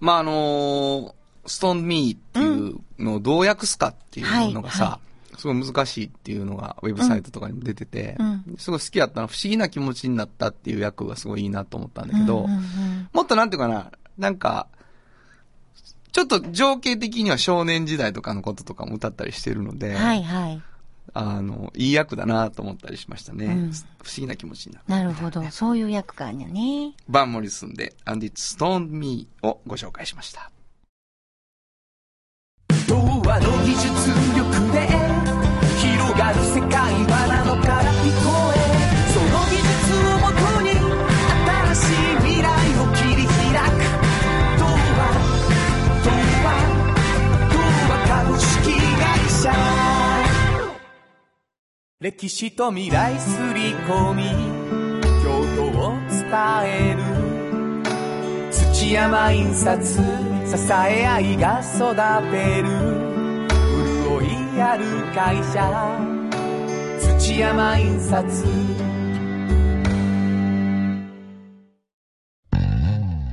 B: まああのー、ストーンミーっていうのをどう訳すかっていうのがさ、
C: うんは
B: すごい難しいっていうのがウェブサイトとかにも出てて、
C: うん
B: すごい好きだったの、不思議な気持ちになったっていう訳がすごいいいなと思ったんだけど、
C: うんうんうん
B: もっとなんていうかな、なんか、ちょっと情景的には少年時代とかのこととかも歌ったりしてるので、
C: はいはい。
B: あの、いい役だなと思ったりしましたね。
C: うん
B: 不思議な気持ちになった。
C: なるほど。そういう役感やね。
B: バンモリスンで、アンディッツ・ストーン・ミーをご紹介しました。
E: 童話の技術力で広がる世界はなのから聞こえその技術をもとに新しい未来を切り開く童話童話童話株式会社歴史と未来すり込み京都を伝える土山印刷支え合いが育てる潤いある会社土山印刷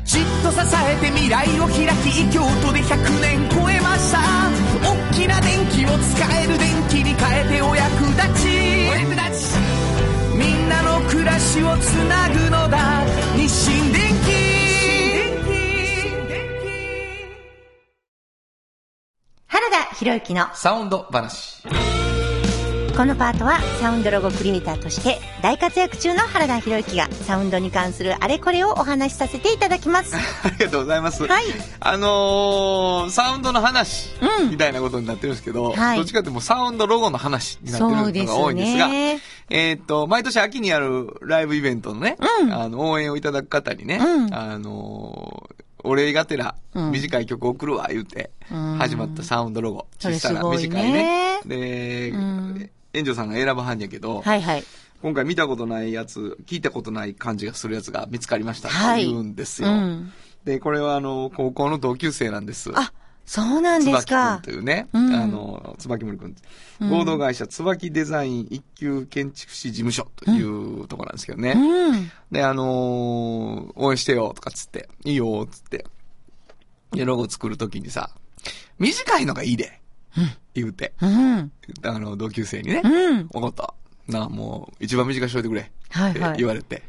E: じっと支えて未来を開き京都で100年超えました大きな電気を使える電気に変えてお役立ちお役立ちみんなの暮らしをつなぐのだ日清電機
C: 原田博之の
B: サウンド話。
C: このパートはサウンドロゴクリエイターとして大活躍中の原田博之がサウンドに関するあれこれをお話しさせていただきます。
B: ありがとうございます。
C: はい
B: あのーサウンドの話
C: うん
B: みたいなことになってるんですけど、
C: はい
B: どっちかっていうともうサウンドロゴの話になってるのが多いんですが、
C: そうですね
B: えーっと、毎年秋にやるライブイベントのね、
C: うん
B: あの応援をいただく方にね、
C: うん
B: あのーお礼がてら、
C: うん
B: 短い曲送るわ、言うて、
C: うん
B: 始まったサウンドロゴ。
C: それ
B: したら
C: すごいね
B: 短いね。で、
C: うん
B: 園長さんが選ばはんやけど、
C: はいはい。
B: 今回見たことないやつ、聞いたことない感じがするやつが見つかりましたっ
C: は
B: て
C: い
B: 言うんです
C: う
B: よ。
C: ん。
B: で、これはあの、高校の同級生なんです。
C: あ、そうなんです
B: 椿
C: か
B: くんと。いうね、
C: うん
B: あの、椿森くん。
C: うん
B: 合同会社、椿デザイン一級建築士事務所というところなんですけどね。
C: うん。
B: で、あのー応援してよとかっつって、いいよっつって。で、ロゴ作るときにさ、短いのがいいで。言うて、
C: うん。
B: あの、同級生にね、
C: うん。
B: 分かった。なあ、もう、一番短くしといてくれ。
C: はい
B: って
C: はい
B: 言われて、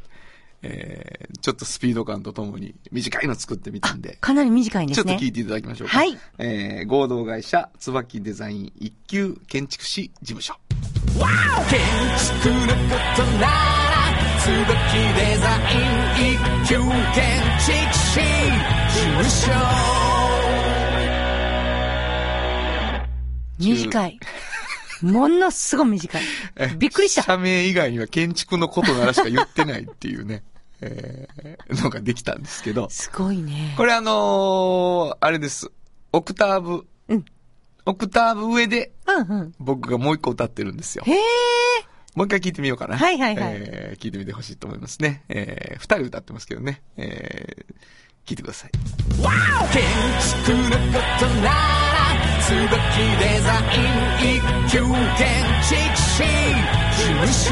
B: えー、ちょっとスピード感とともに短いの作ってみたんで。
C: かなり短いんで
B: ち
C: す
B: ょっと
C: ね。
B: 聞いていただきましょうか。
C: はい。
B: えー、合同会社、椿デザイン一級建築士事務所。
E: 建築のことなら椿デザイン一級建築士事務所
C: 短い。ものすごい短い。びっくりした。
B: 社名以外には建築のことならしか言ってないっていう ね、えー、のができたんですけど。
C: すごいね。
B: これあのーあれです。オクターブ。
C: うん
B: オクターブ上で
C: うんうん。
B: 僕がもう一個歌ってるんですよ。
C: へえ。
B: もう一回聞いてみようかな。
C: はいはいはい
B: えー、聞いてみてほしいと思いますね。えー、二人歌ってますけどね。えー、聞いてください。
E: 建築のことなら椿デザイン一級建築士事務所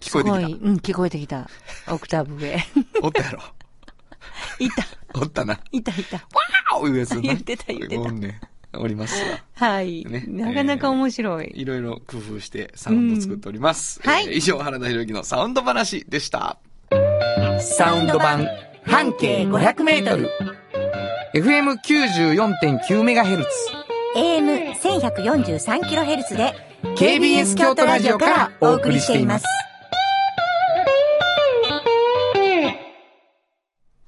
B: 聞
C: す
B: こえて
C: ごい。
B: き
C: うん、聞こえてきた。オクターブ上。
B: た。おったやろ。
C: いた、
B: おったな。
C: いた、いた。
B: あ おいうやつな
C: 言ってた言ってた
B: もうね、おりますわ。
C: はい。
B: ね
C: なかなか面白い。
B: いろいろ工夫してサウンド作っております。
C: うんはい
B: えー以上、原田博之のサウンド話でした。
E: サウンド版半径500メートル
B: FM94.9MHz。
C: AM1143kHz で
E: KBS 京都ラジオからお送りしています。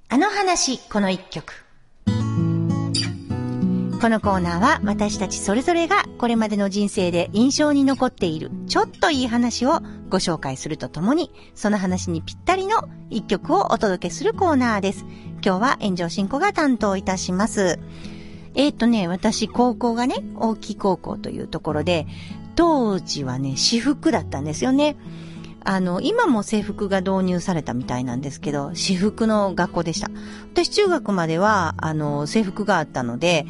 C: あの話、この一曲。このコーナーは私たちそれぞれがこれまでの人生で印象に残っているちょっといい話をご紹介するとともに、その話にぴったりの一曲をお届けするコーナーです。今日は炎上進行が担当いたします。えっ、とね、私高校がね、大木高校というところで、当時はね、私服だったんですよね。あの、今も制服が導入されたみたいなんですけど、私服の学校でした。私中学までは、あの、制服があったので、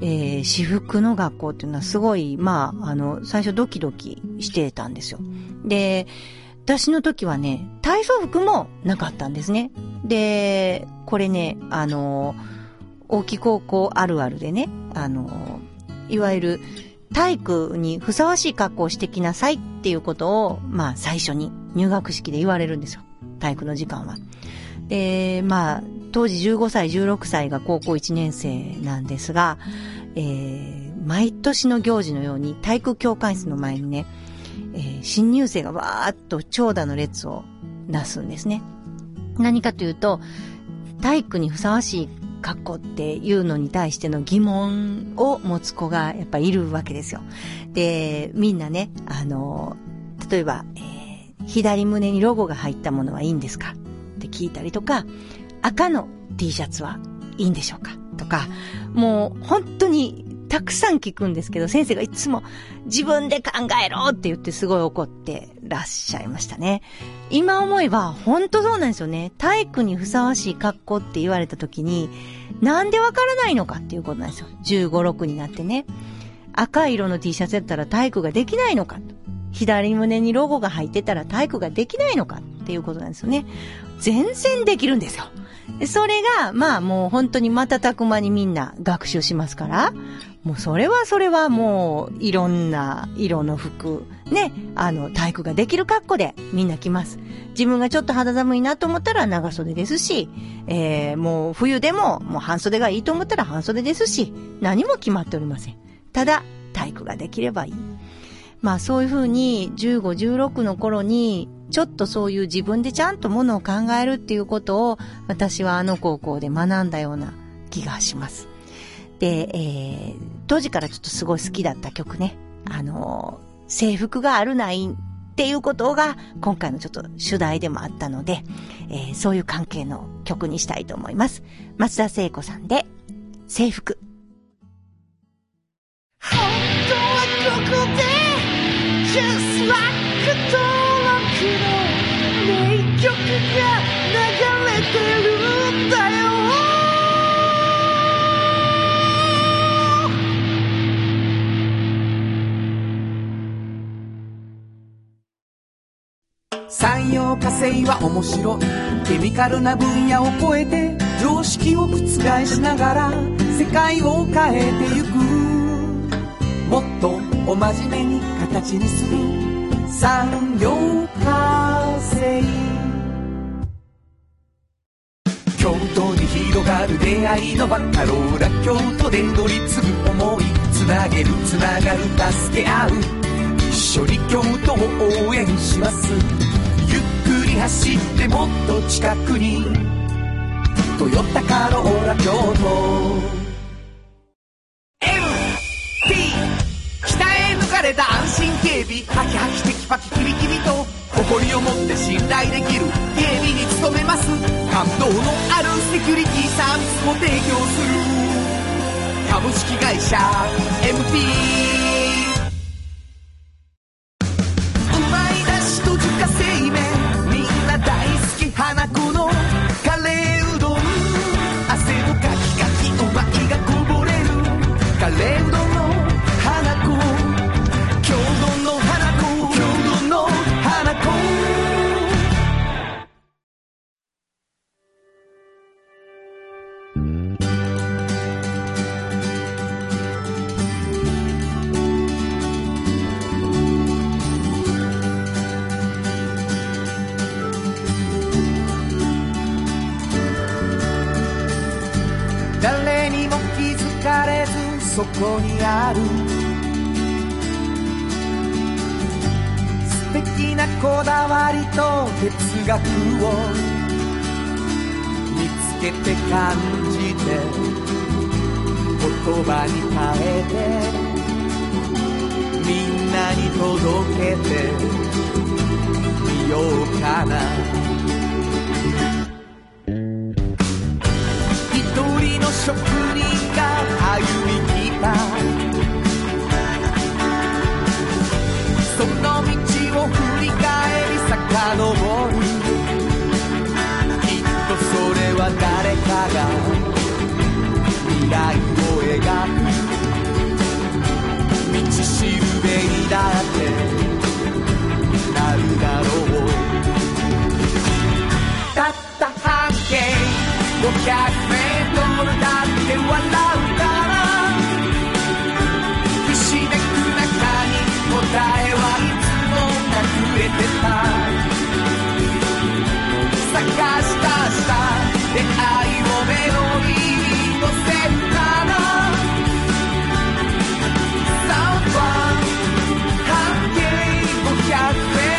C: えー私服の学校っていうのはすごい、まあ、あの、最初ドキドキしてたんですよ。で、私の時はね、体操服もなかったんですね。で、これね、あの、大木高校あるあるでね、あの、いわゆる体育にふさわしい格好をしてきなさいっていうことを、まあ最初に入学式で言われるんですよ。体育の時間は。で、まあ、当時15歳、16歳が高校1年生なんですが、えー毎年の行事のように体育教官室の前にね、えー新入生がわーっと長蛇の列をなすんですね。何かというと、体育にふさわしい格好っていうのに対しての疑問を持つ子がやっぱいるわけですよ。で、みんなね、あの、例えば、えー左胸にロゴが入ったものはいいんですかって聞いたりとか、赤の T シャツはいいんでしょうかとか、もう本当にたくさん聞くんですけど、先生がいつも自分で考えろって言ってすごい怒ってらっしゃいましたね。今思えば本当そうなんですよね。体育にふさわしい格好って言われた時に、なんでわからないのかっていうことなんですよ。15、6になってね。赤色の T シャツやったら体育ができないのか。左胸にロゴが入ってたら体育ができないのかっていうことなんですよね。全然できるんですよ。それが、まあもう本当に瞬く間にみんな学習しますから、もうそれはそれはもういろんな色の服、ね、あの体育ができる格好でみんな着ます。自分がちょっと肌寒いなと思ったら長袖ですし、えーもう冬でももう半袖がいいと思ったら半袖ですし、何も決まっておりません。ただ、体育ができればいい。まあそういうふうに15、16の頃にちょっとそういう自分でちゃんとものを考えるっていうことを私はあの高校で学んだような気がします。で、えー当時からちょっとすごい好きだった曲ね。あのー制服があるないっていうことが今回のちょっと主題でもあったので、えーそういう関係の曲にしたいと思います。松田聖子さんで制服。
E: 産業化成は面白いケミカルな分野を超えて常識を覆しながら世界を変えてゆくもっとお真面目に形にする産業化成京都に広がる出会いの場カローラ京都で乗り継ぐ思いつなげるつながる助け合う一緒に京都を応援しますゆっくり走ってもっと近くに「トヨタカローラ京都」MT 北へ抜かれた安心警備ハキハキテキパキキビキビと誇りを持って信頼できる警備に努めます感動のあるセキュリティサービスも提供する株式会社 MT うまいだしと自家製麺みんな大好き花子のカレーうどん汗をかきかきうまいがこぼれるカレーうどんの花子郷土の花子郷土の花子誰にも気づかれずそこにある素敵なこだわりと哲学を見つけて感じて言葉に変えてみんなに届けてみようかな一人の職人が歩み来たその道を振り返り遡るきっとそれは誰かが未来を描く道しるべにだってなるだろうたった半径500メートルだって笑うからひしめく中に答えはいつも隠れてた探したした出会いをメロディーに乗せるから Someone 半径500メ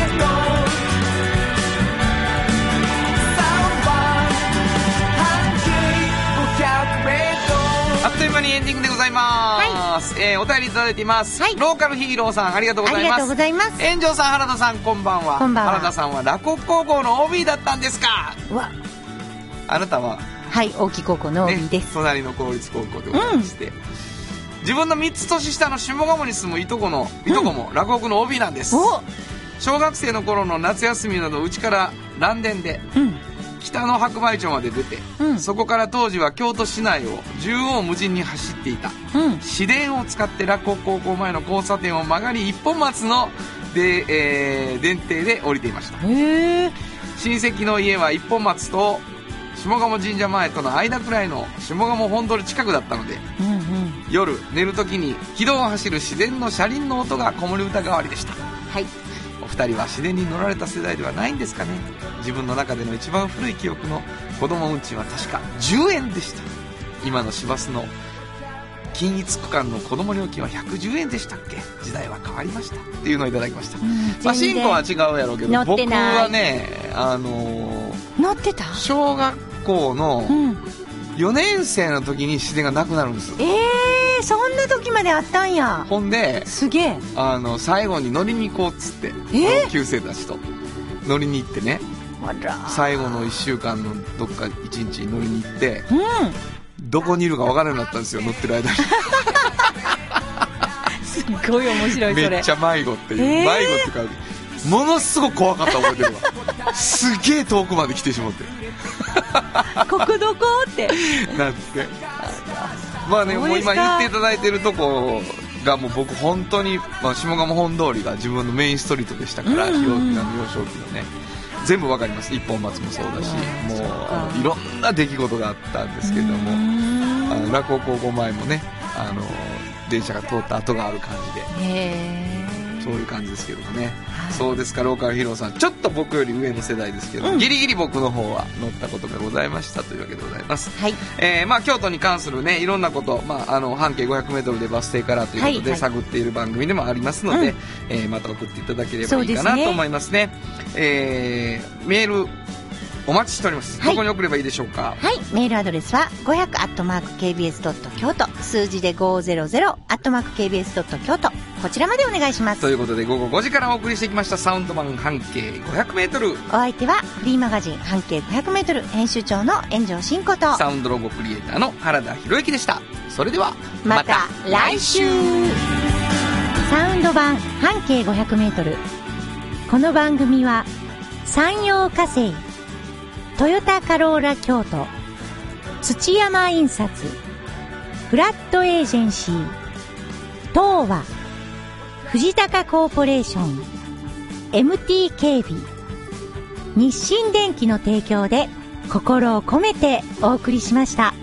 E: ートル Someone 半径500メートル
B: あっという間にエンディングでございます。えーお便りいただいています。
C: はい
B: ローカルヒーローさん、ありがとうございます。
C: ありがとうございます
B: 炎上さん、原田さん、こんばんは。
C: こんばんは
B: 原田さんは洛北高校の OB だったんですか
C: わ、
B: あなたは、
C: はい、大木高校の OB です。
B: 隣の公立高校でございまして、自分の3つ年下の下鴨に住むいとこの、いとこも落語の OB なんです。
C: お
B: 小学生の頃の夏休みなど、うちから蘭電で、
C: うん。
B: 北の白梅町まで出て、
C: うん
B: そこから当時は京都市内を縦横無尽に走っていた。
C: うん。
B: 市電を使って洛北高校前の交差点を曲がり一本松ので、えー、電停で降りていました
C: へえ。
B: 親戚の家は一本松と下鴨神社前との間くらいの下鴨本通り近くだったので
C: うんうん。
B: 夜寝る時に軌道を走る市電の車輪の音が子守歌代わりでした
C: はい。
B: お二人は市電に乗られた世代ではないんですかね自分の中での一番古い記憶の子供運賃は確か10円でした今の市バスの均一区間の子供料金は110円でしたっけ時代は変わりましたっていうのをいただきました、まあ、
C: 全
B: 進
C: 然
B: 行は違うやろうけ
C: 乗
B: ど
C: っ
B: 僕
C: てない
B: はねあのー
C: 乗ってた
B: 小学校の
C: うん。
B: 4年生の時に市電がなくなるんです
C: ええー、そんな時まであったんや。
B: ほんです
C: げえ。
B: あの最後に乗りに行こうっつって
C: え
B: 同級生たちと乗りに行ってね
C: あら。
B: 最後の1週間のどっか1日に乗りに行って
C: う
B: どこにいるか分からなくなったんですよ乗って る間に
C: ん。すっごい面白い、それ。
B: めっちゃ迷子っていう、
C: えー
B: 迷子っていうかものすごく怖かった覚えてるわすげえ遠くまで来てしまって
C: 国土校って。
B: なんてまあね
C: そう
B: もう
C: です
B: 今
C: か
B: 言っていただいてるとこがもう僕本当に、まあ、下鴨本通りが自分のメインストリートでしたから、
C: うんうんうん
B: 広大な幼少期のね全部わかります一本松もそうだしもうあのいろんな出来事があったんですけども、あの落語高校前もねあの電車が通った跡がある感じで
C: へ
B: そういう感じですけどもね、
C: はい
B: そうですかローカルヒーローさんちょっと僕より上の世代ですけど、ギリギリ僕の方は乗ったことがございましたというわけでございます、
C: はい
B: えーまあ、京都に関するねいろんなこと、まあ、あの半径 500m でバス停からということ
C: はいは
B: で
C: い
B: 探っている番組でもありますので、
C: うん
B: えーまた送っていただければ
C: そう
B: いい
C: で
B: か
C: すね
B: なと思いますねえーメールお待ちしております、
C: はい
B: どこに送ればいいでしょうか
C: はい、メールアドレスは5 0 0 k b s k y o t 数字で5 0 0 k b s k y o t こちらまでお願いします。
B: ということで午後5時からお送りしてきましたサウンド版半径 500m
C: お相手はフリーマガジン半径 500m 編集長の炎上真子と
B: サウンドロゴクリエイターの原田博之でしたそれでは
C: また来週サウンド版半径 500m
H: この番組は山陽火星トヨタカローラ京都土山印刷フラットエージェンシー東和藤高コーポレーション MT 警備日清電機の提供で心を込めてお送りしました。